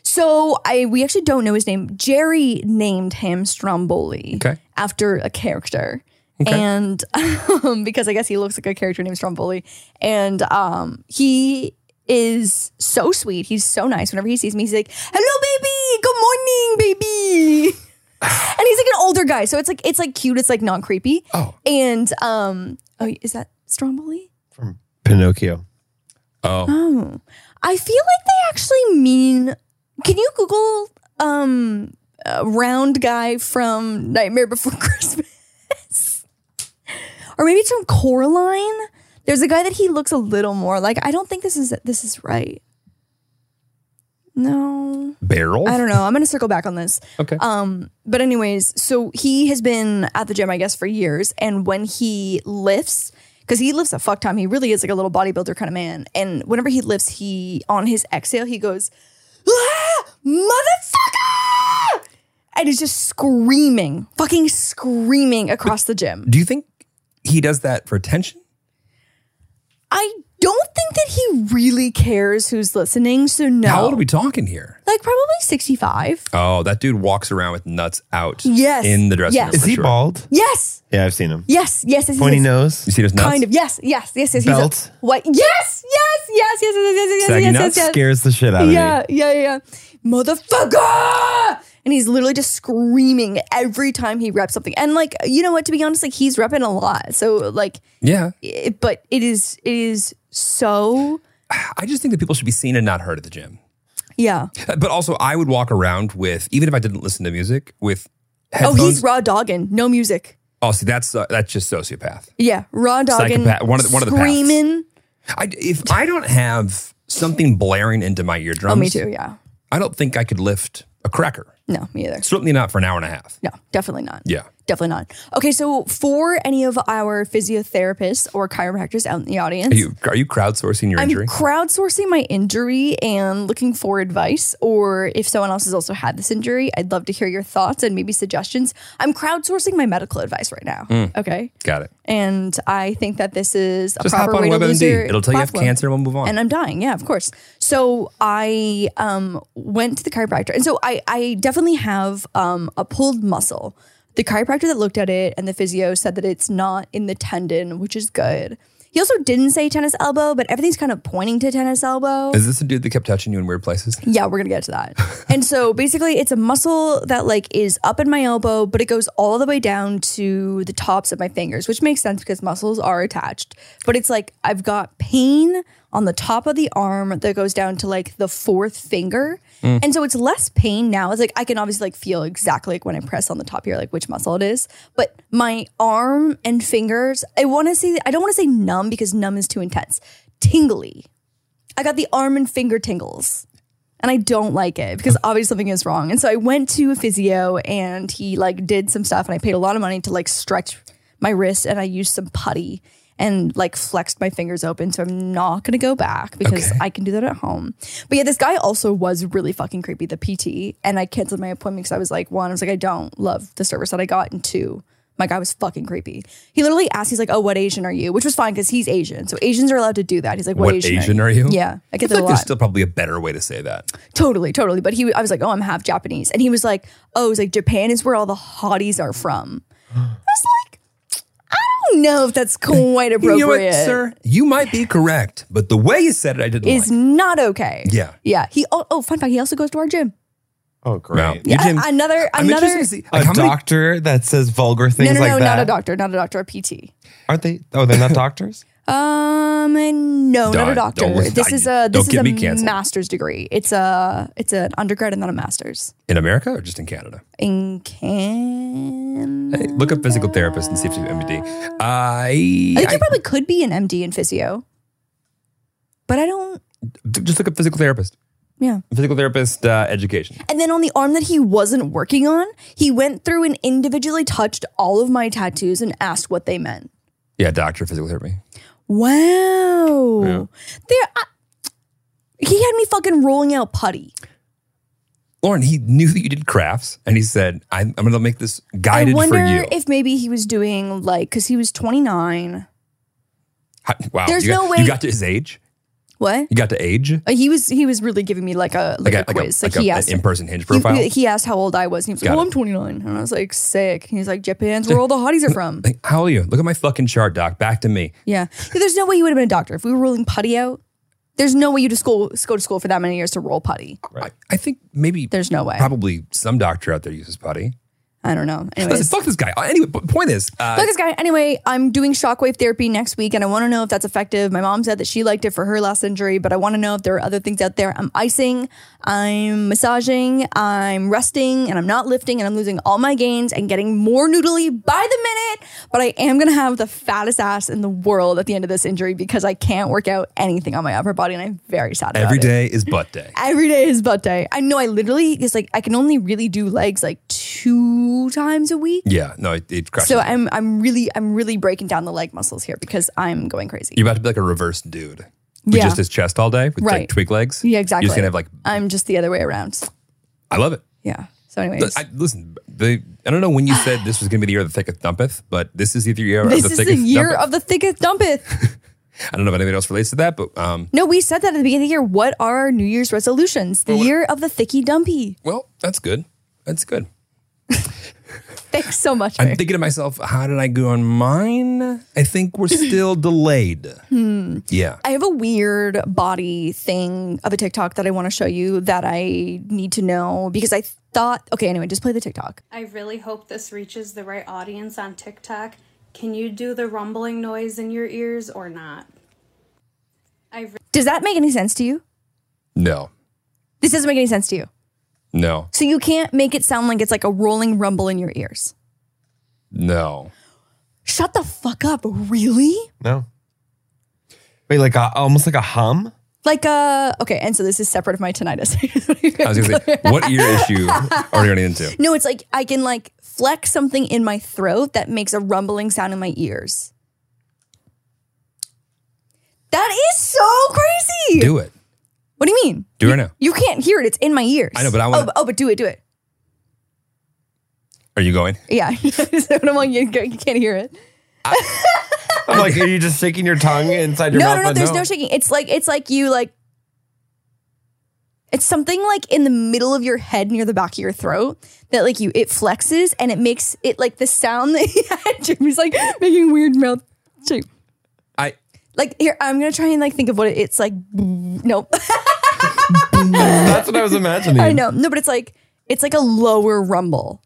so I we actually don't know his name. Jerry named him Stromboli
Okay.
after a character. And um, because I guess he looks like a character named Stromboli. And um, he is so sweet. He's so nice. Whenever he sees me, he's like, hello, baby. Good morning, baby. and he's like an older guy. So it's like it's like cute. It's like not creepy.
Oh.
And um, oh, is that Stromboli?
Pinocchio.
Oh,
Oh, I feel like they actually mean. Can you Google um uh, round guy from Nightmare Before Christmas, or maybe it's from Coraline? There's a guy that he looks a little more like. I don't think this is this is right. No,
barrel.
I don't know. I'm gonna circle back on this.
Okay.
Um, but anyways, so he has been at the gym, I guess, for years, and when he lifts, because he lifts a fuck time, he really is like a little bodybuilder kind of man. And whenever he lifts, he on his exhale, he goes, ah, motherfucker, and is just screaming, fucking screaming across the gym.
Do you think he does that for attention?
I don't think that he really cares who's listening. So no,
How old are we talking here?
like probably sixty-five.
Oh, that dude walks around with nuts out
Yes.
in the dressing
Yes.
room.
Is
for
he
sure.
bald?
Yes,
Yeah, I've seen him.
yes, yes. yes, yes,
Pointy
yes.
nose.
You see those nuts?
Kind of. Yes, yes, yes, yes. He's a-
Belt?
What? Yes, yes, yes, yes, yes, yes, yes,
Saggy
yes,
nuts?
yes, yes.
Scares the shit out of me.
Yeah, yeah, yeah. Motherfucker! And he's literally just screaming every time he reps something. And like, you know what? To be honest, like he's repping a lot. So like,
Yeah.
it, but it is, it is so.
I just think that people should be seen and not heard at the gym.
Yeah.
But also, I would walk around with, even if I didn't listen to music, with
Oh,
headphones.
he's raw dogging. No music.
Oh, see, that's uh, that's just sociopath.
Yeah, raw dogging.
Psychopath. One of the- one of the paths.
screaming.
I, if I don't have something blaring into my eardrums,
Oh, me too. Yeah.
I don't think I could lift a cracker.
No, me either.
Certainly not for an hour and a half.
No, definitely not.
Yeah.
Definitely not. Okay, so for any of our physiotherapists or chiropractors out in the audience,
Are you are you crowdsourcing your
I'm
injury?
crowdsourcing my injury and looking for advice, or if someone else has also had this injury, I'd love to hear your thoughts and maybe suggestions. I'm crowdsourcing my medical advice right now. Okay.
Got it.
And I think that this is a
Just hop
proper
on
way to lose your
WebMD. It'll tell you you have
platform.
cancer and we'll move on.
And I'm dying. Yeah, of course. So I um, went to the chiropractor, and so I I definitely have um, a pulled muscle. The chiropractor that looked at it and the physio said that it's not in the tendon, which is good. He also didn't say tennis elbow, but everything's kind of pointing to tennis elbow.
Is this a dude that kept touching you in weird places?
Yeah, we're gonna get to that. and so basically, it's a muscle that like is up in my elbow, but it goes all the way down to the tops of my fingers, which makes sense because muscles are attached. But it's like I've got pain on the top of the arm that goes down to like the fourth finger, and so it's less pain now. It's like I can obviously like feel exactly like when I press on the top here, like which muscle it is. But my arm and fingers, I want to say I don't want to say numb because numb is too intense. Tingly. I got the arm and finger tingles and I don't like it because obviously something is wrong. And so I went to a physio and he like did some stuff and I paid a lot of money to like stretch my wrist and I used some putty and like flexed my fingers open. So I'm not gonna go back because I can do that at home. But yeah, this guy also was really fucking creepy, the PT, and I canceled my appointment because I was like, one, I was like, I don't love the service that I got, and two, my guy was fucking creepy. He literally asked, he's like, "Oh, what Asian are you?" Which was fine because he's Asian, so Asians are allowed to do that. He's like, "What,
What Asian are you?
Yeah, I
feel
get that a
like
lot.
there's still probably a better way to say that.
Totally, totally. But he, I was like, oh, I'm half Japanese, and he was like, oh, it's like Japan is where all the hotties are from. I was like, I don't know if that's quite appropriate.
You know what, sir? You might be correct, but the way you said it, I didn't
Is
like.
not okay.
Yeah.
yeah. He. Oh, oh, fun fact. He also goes to our gym.
Oh, great.
Your gym-
Uh, another,
I'm
another.
interested to see,
A
like, how many-
doctor that says vulgar
no,
things
no,
like
no,
that.
not a doctor, not a doctor, a PT.
Aren't they? Oh, they're not doctors?
Um, no, not
Don't-
a doctor.
don't-
this is a
don't
this
get me
is a
canceled.
master's degree. It's a it's an undergrad and not a master's
in America or just in Canada?
in Can.
Hey, look up physical therapist and see if you have MD. I,
I think
I-
you probably could be an MD in physio, but I don't.
just look up physical therapist.
Yeah.
Physical therapist uh, education.
And then on the arm that he wasn't working on, he went through and individually touched all of my tattoos and asked what they meant.
Yeah, doctor of physical therapy.
Wow. There, I, he had me fucking rolling out putty.
Lauren, he knew that you did crafts, and he said, "I'm, I'm going to make this
I,
guided for
wonder
you."
if maybe he was doing like because he was twenty nine.
How- wow,
There's
you got,
no way-
you got to his age.
What?
You got to age,
Uh, He was he was really giving me like a like, a, quiz. Like, he
a-
asked
an in-person hinge
he-
profile.
He, asked how old I was. And he was like,
Got
"Oh,
it.
I'm 29," and I was like, "Sick." He's like, "Japan's where all the hotties are from."
Like, how old are you? Look at my fucking chart, doc. Back to me.
Yeah. Yeah, There's no way you would have been a doctor if we were rolling putty out. There's no way you just go go to school for that many years to roll putty.
I, I think maybe
There's no way.
probably some doctor out there uses putty.
I don't know.
Listen,
Anyways,
fuck this guy. Uh, Anyway, p- point is, uh,
fuck this guy. Anyway, I'm doing shockwave therapy next week, and I want to know if that's effective. My mom said that she liked it for her last injury, but I want to know if there are other things out there. I'm icing, I'm massaging, I'm resting, and I'm not lifting, and I'm losing all my gains and getting more noodly by the minute. But I am gonna have the fattest ass in the world at the end of this injury because I can't work out anything on my upper body, and I'm very sad. about
every
it.
day is butt day.
Every day is butt day. I know I literally it's like I can only really do legs like two times a week.
Yeah, no, it, it crushes.
So I'm I'm really I'm really breaking down the leg muscles here because I'm going crazy.
You're about to be like a reverse dude. With
Yeah.
just his chest all day with
Right.
like twig legs.
yeah, exactly.
You're just gonna have like
I'm just the other way around.
I love it.
Yeah. So
Th-
anyways,
I, listen, the, I don't know when you said this was gonna be the year of the thickest thumpeth, but this is either year
this
of the
is the
thickest
year
thumpeth.
of the thickest dumpeth.
I don't know if anybody else relates to that, but um,
No, we said that at the beginning of the year. What are our New Year's resolutions? The year of the thicky dumpy.
well, that's good. That's good.
Thanks so much.
I'm thinking to myself, how did I go on mine? I think we're still delayed.
Hmm.
Yeah.
I have a weird body thing of a TikTok that I want to show you that I need to know because I thought, okay, anyway, just play the TikTok.
I really hope this reaches the right audience on TikTok. Can you do the rumbling noise in your ears or not? I re-
Does that make any sense to you?
No.
This doesn't make any sense to you.
No.
So you can't make it sound like it's like a rolling rumble in your ears.
No.
Shut the fuck up. Really?
No. Wait, like a, almost like a hum?
Like, uh, okay, and so this is separate of my tinnitus.
I was gonna say, what ear issue are you running into?
No, it's like I can like flex something in my throat that makes a rumbling sound in my ears. That is so crazy.
Do it.
What do you mean?
Do it right now.
You can't hear it. It's in my ears.
I know, but I wanna-
Oh, oh, but do it, do it.
Are you going?
Yeah. so I'm like, you, you can't hear it.
I'm like, are you just shaking your tongue inside your
no,
mouth?
no, no.
But
There's no shaking. It's like it's like you like. It's something like in the middle of your head, near the back of your throat, that like you it flexes and it makes it like the sound that Jamie's like making weird mouth shape.
I
Like here, I'm gonna try and like think of what it, it's like. Nope.
That's what I was imagining.
I know. No, but it's like it's like a lower rumble.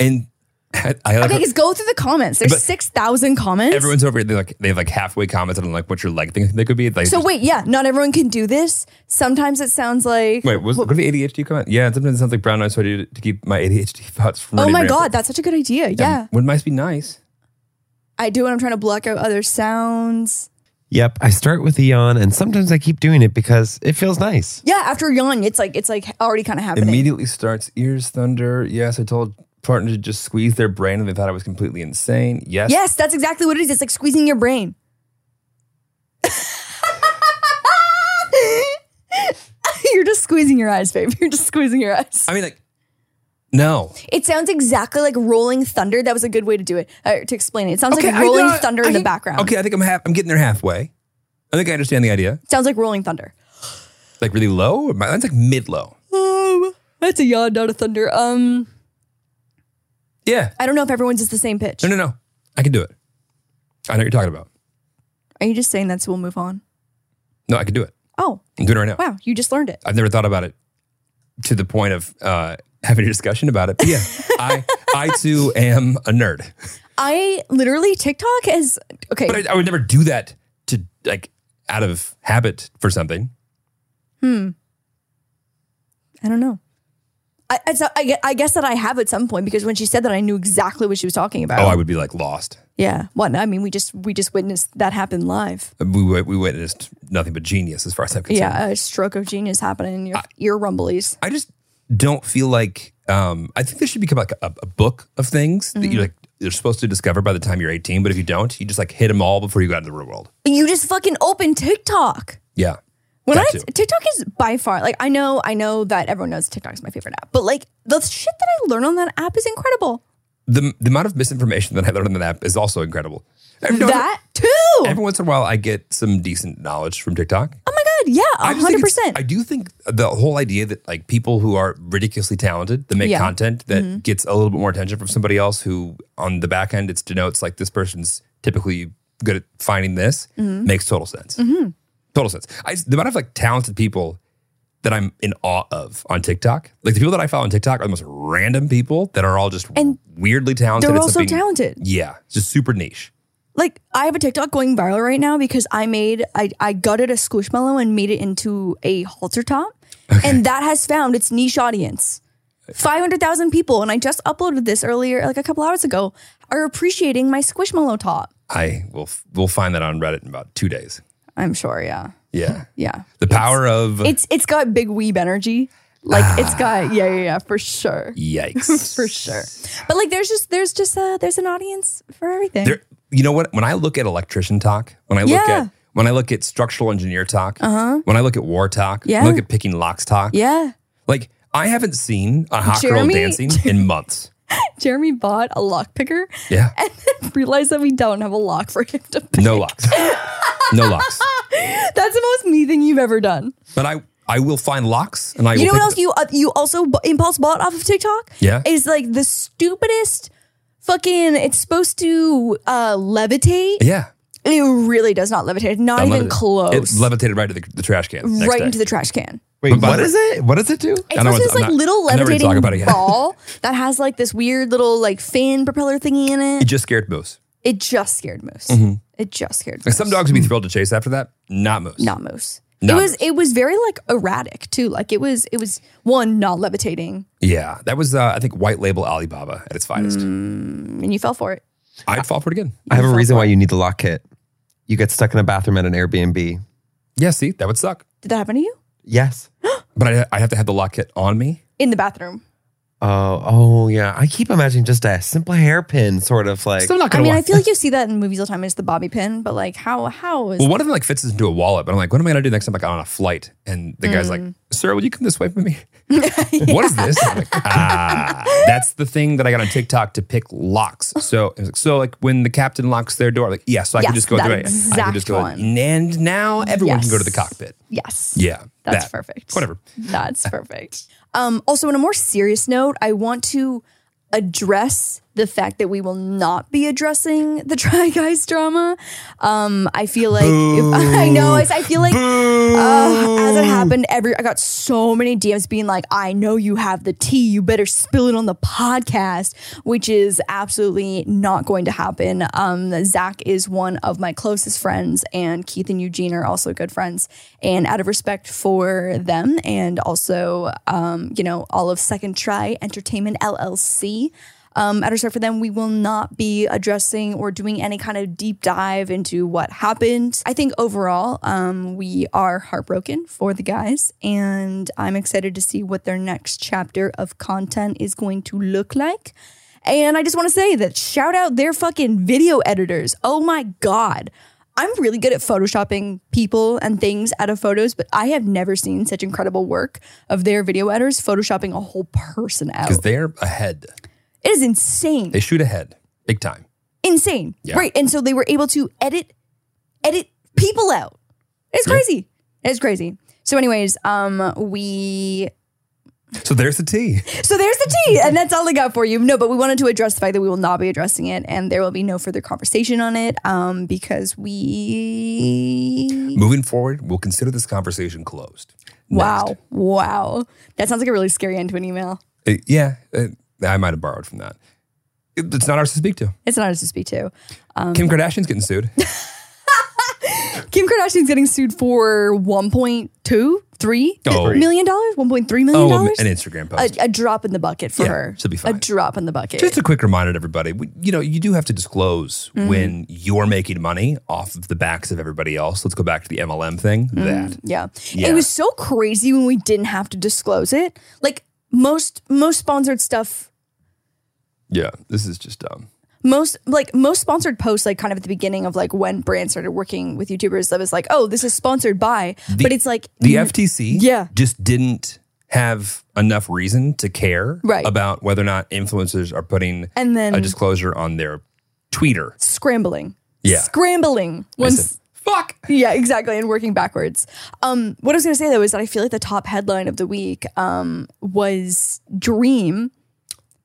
and I, I like
Okay, just go through the comments. There's
But-
six thousand comments.
everyone's over here. They like they have like halfway comments on like what your leg thing they could be. Like,
so wait, yeah, not everyone can do this. Sometimes it sounds like
wait, was what, could be ADHD comment? Yeah, sometimes it sounds like brown noise. So I do to keep my ADHD thoughts from.
Oh
running
my
rampant.
god, that's such a good idea. Yeah.
Wouldn't mice be nice?
I do when I'm trying to block out other sounds.
Yep, I start with a yawn, and sometimes I keep doing it because it feels nice.
Yeah, after a yawn, it's like it's like already kind of happening.
Immediately starts ears thunder. Yes, I told partner to just squeeze their brain, and they thought I was completely insane. Yes,
yes, that's exactly what it is. It's like squeezing your brain. You're just squeezing your eyes, babe. You're just squeezing your eyes.
I mean like no.
It sounds exactly like rolling thunder. That was a good way to do it uh, to explain it. It sounds
Okay,
like
I
rolling
know-
thunder
I
in the
think-
background.
Okay, I think I'm half. I'm getting there halfway. I think I understand the idea.
It sounds like rolling thunder.
Like really low. or my- Mine's like mid low.
Um, that's a yawn, not a thunder. Um,
Yeah.
I don't know if everyone's is the same pitch.
No, no, no. I can do it. I know what you're talking about.
Are you just saying that so we'll move on?
No, I can do it.
Oh,
I'm doing it right now.
wow, you just learned it.
I've never thought about it to the point of uh, having a discussion about it. But yeah, I I too am a nerd,
I literally TikTok is okay.
but I, I would never do that to like out of habit for something.
hmm. I don't know. I, I, so I, gue- I guess that I have at some point because when she said that, I knew exactly what she was talking about.
Oh, I would be like lost.
Yeah. What? I mean, we just we just witnessed that happen live.
We wa- we witnessed nothing but genius as far as I'm concerned.
Yeah, a stroke of genius happening in your ear rumblies.
I just don't feel like um, I think there should become like a, a book of things that you like you're supposed to discover by the time you're 18, but if you don't, you just like hit them all before you got into the real world.
You just fucking open TikTok.
Yeah.
When
That
I
too.
TikTok is by far like I know I know that everyone knows TikTok is my favorite app, but like the shit that I learn on that app is incredible.
The, the amount of misinformation that I learned on that app is also incredible. Every,
that too.
every once in a while, I get some decent knowledge from TikTok.
Oh my
I
god, yeah,
just think
hundred
it's-
percent.
I do think the whole idea that like people who are ridiculously talented that make
Yeah. Mm-hmm.
content that gets a little bit more attention from somebody else who on the back end it's denotes like this person's typically good at finding this
Mm-hmm.
makes total sense. Total sense. I the amount of like talented people that I'm in awe of on TikTok, like the people that I follow on TikTok are the most random people that are all just
And
weirdly talented.
They're
at
all so
something-
talented.
Yeah, just super niche.
Like I have a TikTok going viral right now because I made I I gutted a squishmallow and made it into a halter top, and that has found its niche audience. 500,000 people, and I just uploaded this earlier, like a couple hours ago, are appreciating my squishmallow top.
I will f- we'll find that on Reddit in about two days.
I'm sure, yeah.
Yeah,
Yeah.
the power of
It's it's got big weeb energy. Like
Ah.
it's got yeah, yeah, yeah, for sure.
yikes
For sure. But like there's just there's just uh there's an audience for everything.
There, you know what? When I look at electrician talk, when I look
Yeah. Uh-huh.
at when I look at structural engineer talk, when I look at war talk, when
Yeah.
I look at picking locks talk,
yeah.
like I haven't seen a hot
Jeremy-
girl dancing in months.
Jeremy bought a lock picker
Yeah.
and then realized that we don't have a lock for him to pick.
No locks. No locks.
That's the most me thing you've ever done.
But I, I will find locks and I
you
will
know what
pick
else
them.
you uh, you also bu- impulse bought off of TikTok?
Yeah.
is like the stupidest fucking. It's supposed to uh, levitate.
Yeah.
And it really does not levitate. Not
I
even
levitated.
close.
It levitated right to the, the trash can. next
right
day.
into the trash can.
Wait, what is it? What does it do?
It's
I don't
supposed to be this
want-
like
I'm not-
little
I never even
levitating
talk about it yet.
ball that has like this weird little like fan propeller thingy in
It
it.
just scared moose.
It just scared Moose.
Mhm.
It just scared
Like
Moose.
some dogs would be thrilled to chase after that. Not moose.
Not Moose.
Not
it was it was very like erratic too. Like it was it was one not levitating
Yeah, that was uh, I think white label Alibaba at its finest.
Mm. and you fell for it.
I'd fall for it again.
I have a reason why you need the lock kit. You get stuck in a bathroom at an Airbnb.
Yeah, see, that would suck.
Did that happen to you?
Yes.
But I'd, I'd have to have the lock kit on me.
In the bathroom.
Oh, oh yeah. I keep imagining just a simple hairpin, sort of like.
Still not
I
gonna.
mean, I
walk-
feel like you see that in movies all the time. It's the bobby pin, but like how how is
well, one of them like fits into a wallet, but I'm like, what am I gonna do next time? Like on a flight, and the guy's
Mm.
like, "Sir, will you come this way for me?" What is this? I'm like, ah, that's the thing that I got on TikTok to pick locks. So it was like, so like when the captain locks their door, like yeah, so I
Yes,
can just go
that
through it. I
exact
can just go,
one.
and now everyone can go to the
Yes.
cockpit.
Yes.
Yeah,
That's
that.
perfect.
Whatever.
That's perfect. Um, also, on a more serious note, I want to address the fact that we will not be addressing the Try Guys drama. Um, I feel like if, I know. I, I feel like uh, as it happened, every I got so many DMs being like, "I know you have the tea. You better spill it on the podcast," which is absolutely not going to happen. Um, Zach is one of my closest friends, and Keith and Eugene are also good friends. And out of respect for them, and also um, you know all of Second Try Entertainment LLC. Um, out of respect for them, we will not be addressing or doing any kind of deep dive into what happened. I think overall, um, we are heartbroken for the guys, and I'm excited to see what their next chapter of content is going to look like. And I just want to say that shout out their fucking video editors. Oh my God. I'm really good at photoshopping people and things out of photos, but I have never seen such incredible work of their video editors photoshopping a whole person out.
Because they're ahead.
It is insane.
They shoot ahead, big time.
insane.
Yeah.
Right. And so they were able to edit edit people out. It's
Yeah.
crazy. It's crazy. So anyways, um we
So there's the tea.
so there's the tea, and that's all I got for you. No, but we wanted to address the fact that we will not be addressing it, and there will be no further conversation on it, um, because we.
Moving forward, we'll consider this conversation closed.
Wow,
Next.
wow, that sounds like a really scary end to an email.
Uh, yeah, uh, I might have borrowed from that. It- It's not ours to speak to.
It's not ours to speak to. Um,
Kim Kardashian's getting sued.
Kim Kardashian's getting sued for one point two three
Oh.
million dollars, one point three million
oh, an
dollars.
Instagram
a,
post.
a drop in the bucket for
Yeah,
her.
she'll be
A
fine.
drop in the bucket.
Just a quick reminder to everybody: we, you know, you do have to disclose
Mm-hmm.
when you're making money off of the backs of everybody else. Let's go back to the MLM thing.
Mm-hmm.
That
yeah.
Yeah.
It was so crazy when we didn't have to disclose it. Like most most sponsored stuff
yeah, this is just dumb.
most like most sponsored posts like kind of at the beginning of like when brands started working with youtubers that was like oh this is sponsored by but it's like
the FTC
Mm-hmm. Yeah.
just didn't have enough reason to care
Right.
about whether or not influencers are putting
And then-
a disclosure on their Twitter.
scrambling
Yeah.
scrambling once
Fuck.
Yeah, exactly. And working backwards. Um, what I was going to say though is that I feel like the top headline of the week um, was Dream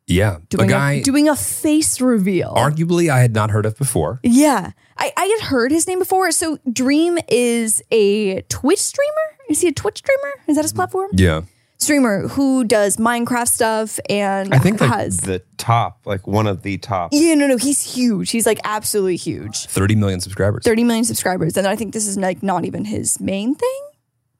Yeah.
doing
a guy
doing a face reveal.
arguably I had not heard of before.
yeah, I, I had heard his name before. So Dream is a Twitch streamer. Is he a Twitch streamer? Is that his platform?
Yeah.
Streamer who does Minecraft stuff and
I think like
has.
the top, like one of the top.
yeah, no, no, he's huge. He's like absolutely huge.
30 million subscribers.
30 million subscribers. And I think this is like not even his main thing.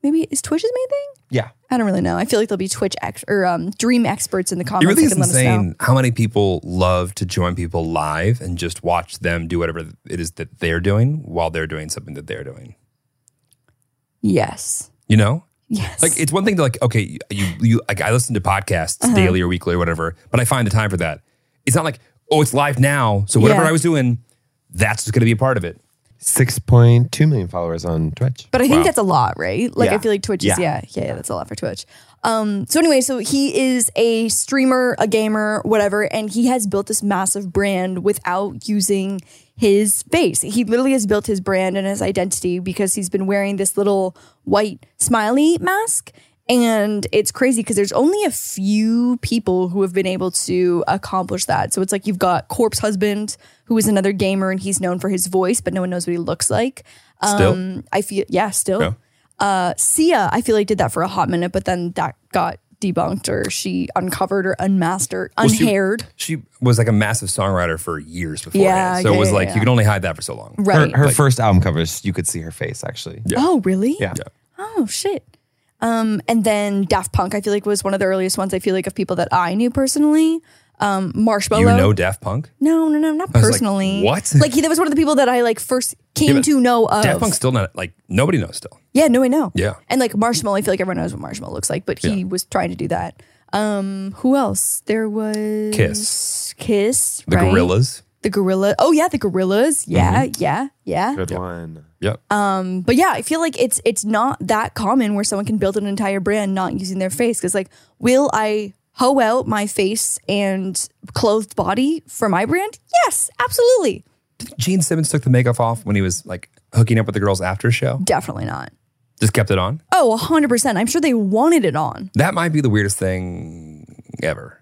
Maybe is Twitch his main thing?
Yeah.
I don't really know. I feel like there'll be Twitch ex- or um, Dream experts in the
It
comments.
really is
that can let us know.
insane how many people love to join people live and just watch them do whatever it is that they're doing while they're doing something that they're doing.
Yes.
You know?
Yes.
Like it's one thing to like, okay, you you like I listen to podcasts
Uh-huh.
daily or weekly or whatever, but I find the time for that. It's not like, oh, it's live now. So whatever
Yeah.
I was doing, that's just gonna be a part of it.
6.2 million followers on Twitch.
But I think
Wow.
that's a lot, right? Like I
Yeah.
feel like Twitch is yeah.
Yeah.
yeah, yeah, that's a lot for Twitch. Um so anyway, so he is a streamer, a gamer, whatever, and he has built this massive brand without using his face. He literally has built his brand and his identity because he's been wearing this little white smiley mask. And it's crazy because there's only a few people who have been able to accomplish that. So it's like you've got Corpse Husband, who is another gamer and he's known for his voice, but no one knows what he looks like.
Still?
I feel yeah, still.
Yeah.
Uh Sia, I feel like did that for a hot minute, but then that got debunked or she uncovered or unmasked or
Well, she-
unhaired.
She was like a massive songwriter for years before.
Yeah,
so
yeah,
it was
yeah,
like
yeah.
you can only hide that for so long.
Right.
Her, her
Like-
first album covers, you could see her face actually.
Yeah.
Oh, really?
Yeah.
Oh shit. Um, and then Daft Punk, I feel like was one of the earliest ones I feel like of people that I knew personally. Um, Marshmallow.
You know Daft Punk?
no, no, no, not
I was like,
personally.
what?
Like he, that was one of the people that I like first
Yeah,
came
but
to know of.
Daft Punk's still not like nobody knows still.
Yeah, no, I know.
Yeah.
And like Marshmallow, I feel like everyone knows what Marshmallow looks like, but he was trying to do that. Um, who else? There was
Kiss.
Kiss.
The
right?
Gorillas.
The gorilla. Oh yeah, the gorillas. Yeah,
Mm-hmm.
yeah, yeah.
Good one.
Yep.
Um, but yeah, I feel like it's it's not that common where someone can build an entire brand not using their face. Because like, will I hoe out my face and clothed body for my brand? Yes, absolutely.
Gene Simmons took the makeup off when he was like hooking up with the girls after show.
Definitely not.
Just kept it on.
Oh, 100%. I'm sure they wanted it on.
That might be the weirdest thing ever.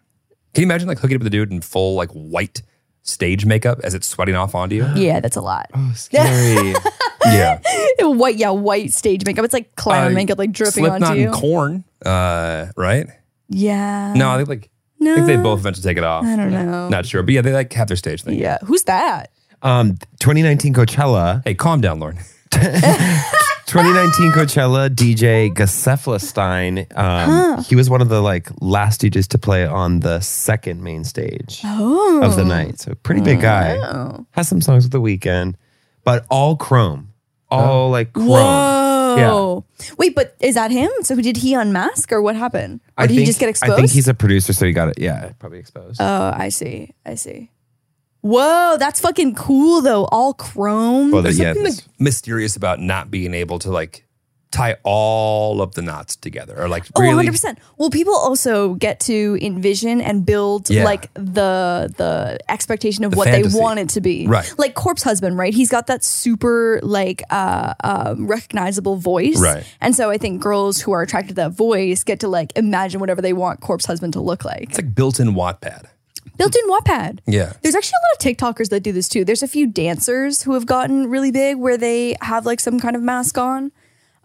Can you imagine like hooking up with a dude in full like white stage makeup as it's sweating off onto you?
Yeah, that's a lot.
Oh, scary.
yeah.
white, yeah, white stage makeup. It's like clown
Uh,
makeup, like dripping
Slipknot
onto you.
and corn. Uh, right?
yeah.
no, I think like
No.
I think they both eventually take it off.
Uh, I don't know.
Not sure. But yeah, they like have their stage thing.
Yeah. Who's that?
um, 2019 Coachella.
Hey, calm down, Lauren.
2019 Coachella DJ Geseflestein. Um, He was one of the like last DJs to play on the second main stage
Oh.
of the night. So pretty big guy.
Oh.
Has some songs with the weekend, but all chrome, all like chrome.
Oh. Whoa. Wait, but is that him? So did he unmask or what happened? Or did he just get exposed?
I think he's a producer, so he got it. Yeah, probably exposed.
oh, I see. I see. Whoa, that's fucking cool though. All chrome.
Well,
There's
yeah,
something
it's-
like mysterious about not being able to like tie all of the knots together or like
Oh,
really
100%. Well, people also get to envision and build
Yeah.
like the the expectation of
The
what
fantasy.
they want it to be.
Right.
Like Corpse Husband, right? He's got that super like uh um, recognizable voice.
Right.
And so I think girls who are attracted to that voice get to like imagine whatever they want Corpse Husband to look like.
it's like built in Wattpad.
Built in Wattpad.
Yeah.
There's actually a lot of TikTokers that do this too. There's a few dancers who have gotten really big where they have like some kind of mask on.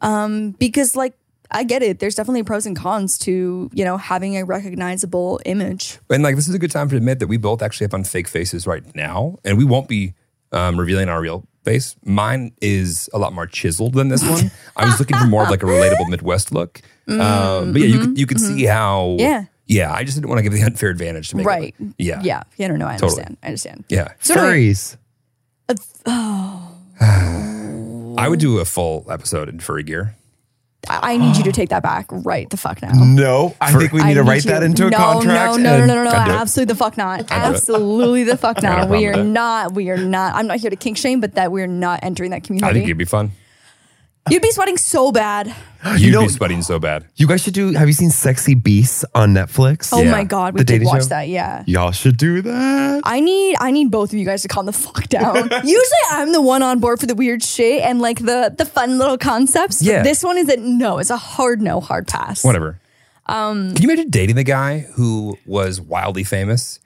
Um, because like I get it. There's definitely pros and cons to, you know, having a recognizable image.
And like this is a good time to admit that we both actually have on fake faces right now, and we won't be um, revealing our real face. Mine is a lot more chiseled than this one. I was looking for more of like a relatable Midwest look. um, but yeah, you could you could see how
Mm, mm-hmm, Yeah.
yeah. I just didn't want to give the unfair advantage to make it
Right.
look- yeah
Yeah. Yeah, no, no, I
Totally.
understand. I understand.
yeah.
So anyway,
Furries.
uh, oh,
I would do a full episode in furry gear.
I I need you to take that back right the fuck now.
No, I think we need to
I
write
you-
that into a
no, No,
contract.
no, no,
and-
no, no, no.
I'd do it.
Absolutely the fuck not.
I'd do it.
Absolutely the fuck
no
not.
problem
We
with
are
that.
not. We are not. I'm not here to kink shame, but that we're not entering that community.
I think it'd be fun.
You'd be sweating so bad.
You'd
know-
be sweating so bad.
You guys should do. Have you seen Sexy Beasts on Netflix?
Oh
Yeah.
my god, we
The
did
dating
watch
show?
that. Yeah.
Y'all should do that.
I need I need both of you guys to calm the fuck down. Usually I'm the one on board for the weird shit and like the the fun little concepts.
Yeah.
This one is a no, it's a hard no, hard pass.
Whatever. Um, Can you imagine dating the guy who was wildly famous,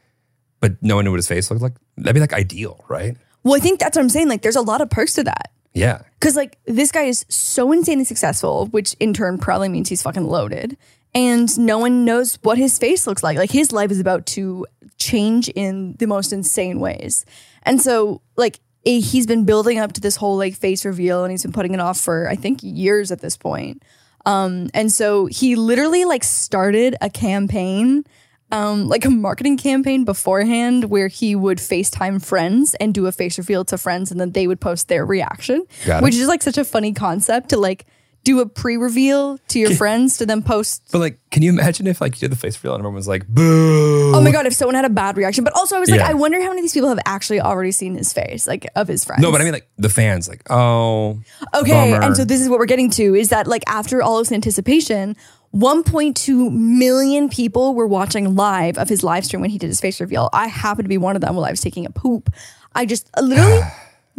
but no one knew what his face looked like? That'd be like ideal, right?
Well, I think that's what I'm saying. Like there's a lot of perks to that.
Yeah.
Cause like this guy is so insanely successful, which in turn probably means he's fucking loaded. And no one knows what his face looks like. Like his life is about to change in the most insane ways. And so like eh, he's been building up to this whole like face reveal and he's been putting it off for I think years at this point. Um, and so he literally like started a campaign, um, like a marketing campaign beforehand where he would FaceTime friends and do a face reveal to friends and then they would post their reaction,
Got it.
which is like such a funny concept to like do a pre-reveal to your friends to then post
But like, can you imagine if like you did the face reveal and everyone was like, "Boo!"
Oh my god, if someone had a bad reaction. But also I was like,
Yeah.
I wonder how many of these people have actually already seen his face, like of his friends.
No, but I mean like the fans, like, oh,
Okay,
bummer.
and so this is what we're getting to is that like after all this anticipation, 1.2 million people were watching live of his live stream when he did his face reveal. I happened to be one of them while I was taking a poop. I just uh, literally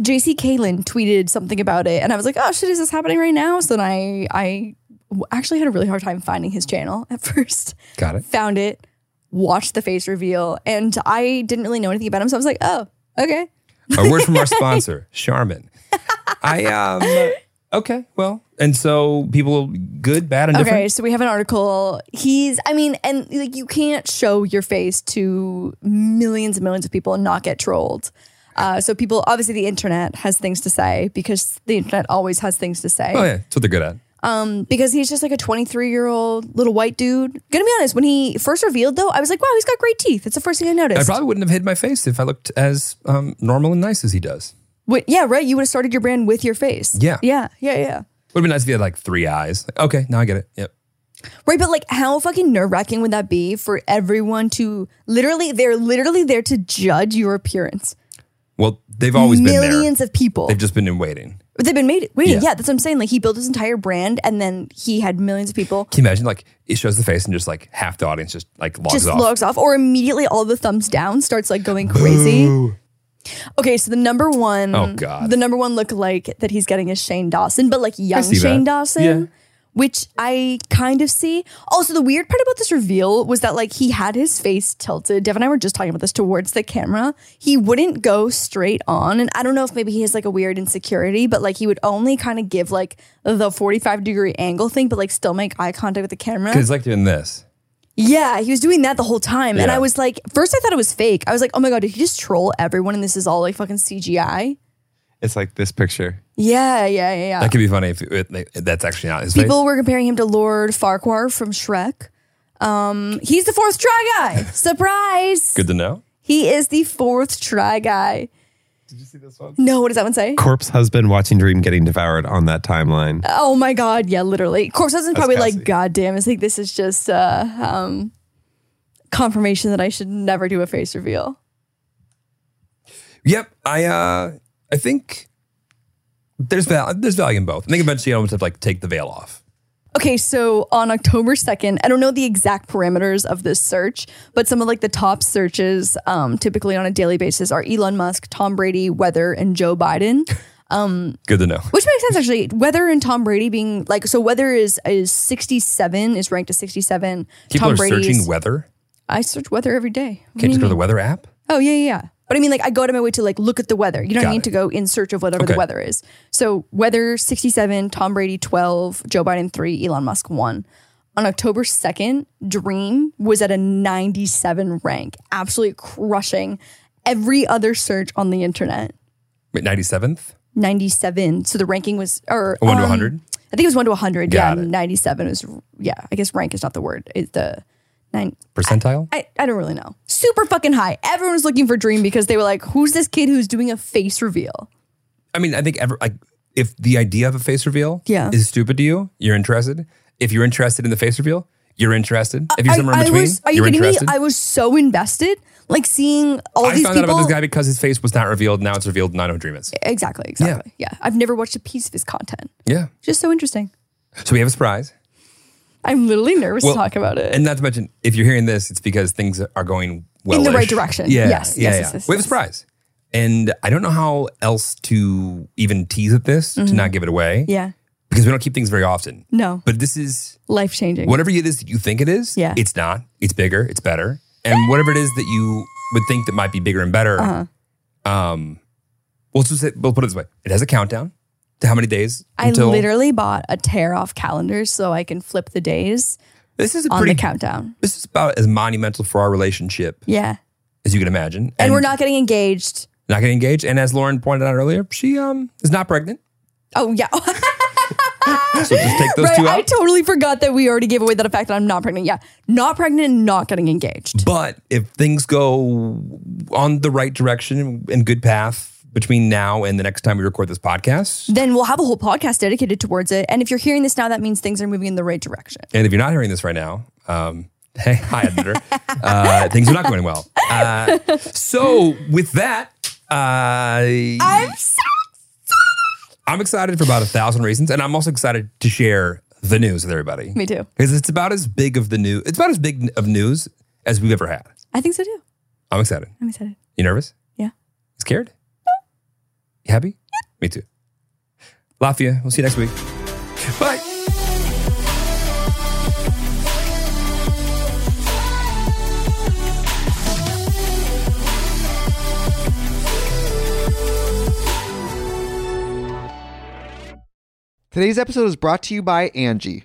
JC Kalen tweeted something about it and I was like, "Oh shit, is this happening right now?" So then I I w- actually had a really hard time finding his channel at first.
got it.
Found it, watched the face reveal, and I didn't really know anything about him, so I was like, "Oh, okay."
A word from our sponsor, Charmin. I um okay, well, and so people good, bad, and
Okay,
different.
so we have an article. He's, I mean, and like you can't show your face to millions and millions of people and not get trolled. Uh, so people, obviously, the internet has things to say because the internet always has things to say.
Oh yeah, that's what they're good at.
Um, because he's just like a 23 year old little white dude. Gonna be honest, when he first revealed though, I was like, wow, he's got great teeth. That's the first thing I noticed.
I probably wouldn't have hid my face if I looked as um, normal and nice as he does.
Wait, yeah, right. You would have started your brand with your face.
Yeah.
Yeah. Yeah. Yeah.
Would have been nice if he had like three eyes. Like, okay, now I get it. Yep.
Right, but like how fucking nerve wracking would that be for everyone to literally they're literally there to judge your appearance.
Well, they've always been
millions
there.
of people.
They've just been in waiting.
But They've been made waiting.
Yeah.
Yeah. that's what I'm saying. Like he built his entire brand and then he had millions of people
Can you imagine? Like it shows the face and just like half the audience just like logs
just
off.
logs off or immediately all the thumbs down starts like going crazy. Okay, so the number one
Oh, God.
the number one look like that he's getting is Shane Dawson, but like young
see
Shane
that.
Dawson.
Yeah.
Which I kind of see. Also, the weird part about this reveal was that like he had his face tilted. Dev and I were just talking about this towards the camera. He wouldn't go straight on. And I don't know if maybe he has like a weird insecurity, but like he would only kind of give like the 45 degree angle thing, but like still make eye contact with the camera.
Because like doing this.
Yeah, he was doing that the whole time. And
Yeah.
I was like, first I thought it was fake. I was like, oh my God, did he just troll everyone and this is all like fucking CGI?
It's like this picture.
Yeah, yeah, yeah, yeah.
That could be funny if it, like, that's actually not his
People
face.
were comparing him to Lord Farquhar from Shrek. Um, he's the fourth try guy. Surprise.
Good to know.
He is the fourth try guy. Did you
see this one?
No, what does that one say?
Corpse husband watching Dream getting devoured on that timeline.
Oh my god, yeah, literally. Corpse Husband's
That's
probably
Cassie.
like, God damn, it's like this is just uh um confirmation that I should never do a face reveal.
Yep. I uh I think there's val- there's value in both. I think eventually I almost have to like take the veil off.
Okay, so on October 2nd, I don't know the exact parameters of this search, but some of like the top searches um, typically on a daily basis are Elon Musk, Tom Brady, weather, and Joe Biden. Um,
Good to know.
which makes sense actually. Weather and Tom Brady being like so weather is is 67 is ranked as 67.
People
Tom
are
Brady
searching
is-
weather.
I search weather every day. What do
Can't
you
just go to the
mean?
weather app.
Oh yeah, yeah, yeah. But I mean, like, I go out of my way to like look at the weather. You don't
Got
need
it.
to go in search of whatever
Okay.
the weather is. So weather sixty-seven, Tom Brady twelve, Joe Biden three, Elon Musk one. On October second, Dream was at a ninety-seven rank, absolutely crushing every other search on the internet.
Wait, 97th?
Ninety-seven. So the ranking was or
One to
um,
100?
I think it was one to hundred. Yeah,
Got it.
ninety-seven is yeah. I guess rank is not the word. It's the nine.
Percentile?
I, I don't really know. Super fucking high. Everyone was looking for Dream because they were like, who's this kid who's doing a face reveal?
I mean, I think ever like if the idea of a face reveal
Yeah.
is stupid to you, you're interested. If you're interested in the face reveal, you're interested. If you're
I-
somewhere in
I
between,
was- are you
you're
kidding
interested.
me? I was so invested. Like seeing all
I
these
found
people.
out about this guy because his face was not revealed. Now it's revealed, and I know who Dream is.
Exactly, exactly. Yeah. I've never watched a piece of his content.
Yeah.
Just so interesting.
So we have a surprise.
I'm literally nervous
Well,
to talk about it.
And not to mention, if you're hearing this, it's because things are going well
the right direction.
Yeah,
Yes,
yeah,
yes,
yeah.
yes, yes,
we have a
yes.
surprise, and I don't know how else to even tease at this to
Mhm.
not give it away.
yeah.
because we don't keep things very often.
No.
But this is
Life changing.
whatever it is that you think it is.
Yeah.
it's not. It's bigger. It's better. And whatever it is that you would think that might be bigger and better,
Uh-huh.
um, we'll just say, we'll put it this way: it has a countdown to how many days
I
until
literally bought a tear off calendar so I can flip the days
this is a
on
pretty.
the countdown.
this is about as monumental for our relationship
Yeah. And,
as you can imagine,
we're not getting engaged.
not getting engaged. And as Lauren pointed out earlier, she um is not pregnant.
Oh, yeah.
So just take those
right,
two
I
out.
totally forgot that we already gave away that fact that I'm not pregnant. Yeah, not pregnant and not getting engaged.
but if things go on the right direction and good path, between now and the next time we record this podcast.
Then we'll have a whole podcast dedicated towards it. And if you're hearing this now, that means things are moving in the right direction.
And if you're not hearing this right now, um, hey, hi, editor. uh, things are not going well. Uh, so, with that, uh,
I'm so
I'm excited for about a thousand reasons, and I'm also excited to share the news with everybody
Me too.
because it's about as big of the news. It's about as big of news as we've ever had.
I think so too.
I'm excited.
I'm excited.
You nervous?
Yeah.
Scared? You happy? Me too. Lafia, we'll see you next week. Bye.
Today's episode is brought to you by Angie.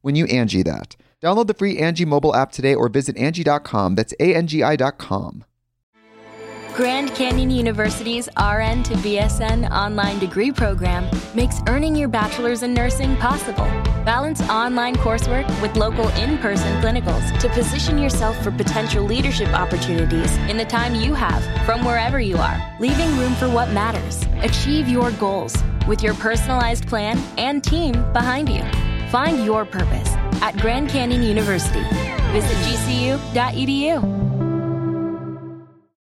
when you Angie that. Download the free Angie mobile app today or visit Angie.com. That's A-N-G-I dot com.
Grand Canyon University's RN to BSN online degree program makes earning your bachelor's in nursing possible. Balance online coursework with local in person clinicals to position yourself for potential leadership opportunities in the time you have from wherever you are, leaving room for what matters. Achieve your goals with your personalized plan and team behind you. E Find your purpose at Grand Canyon University. Visit gcu.edu.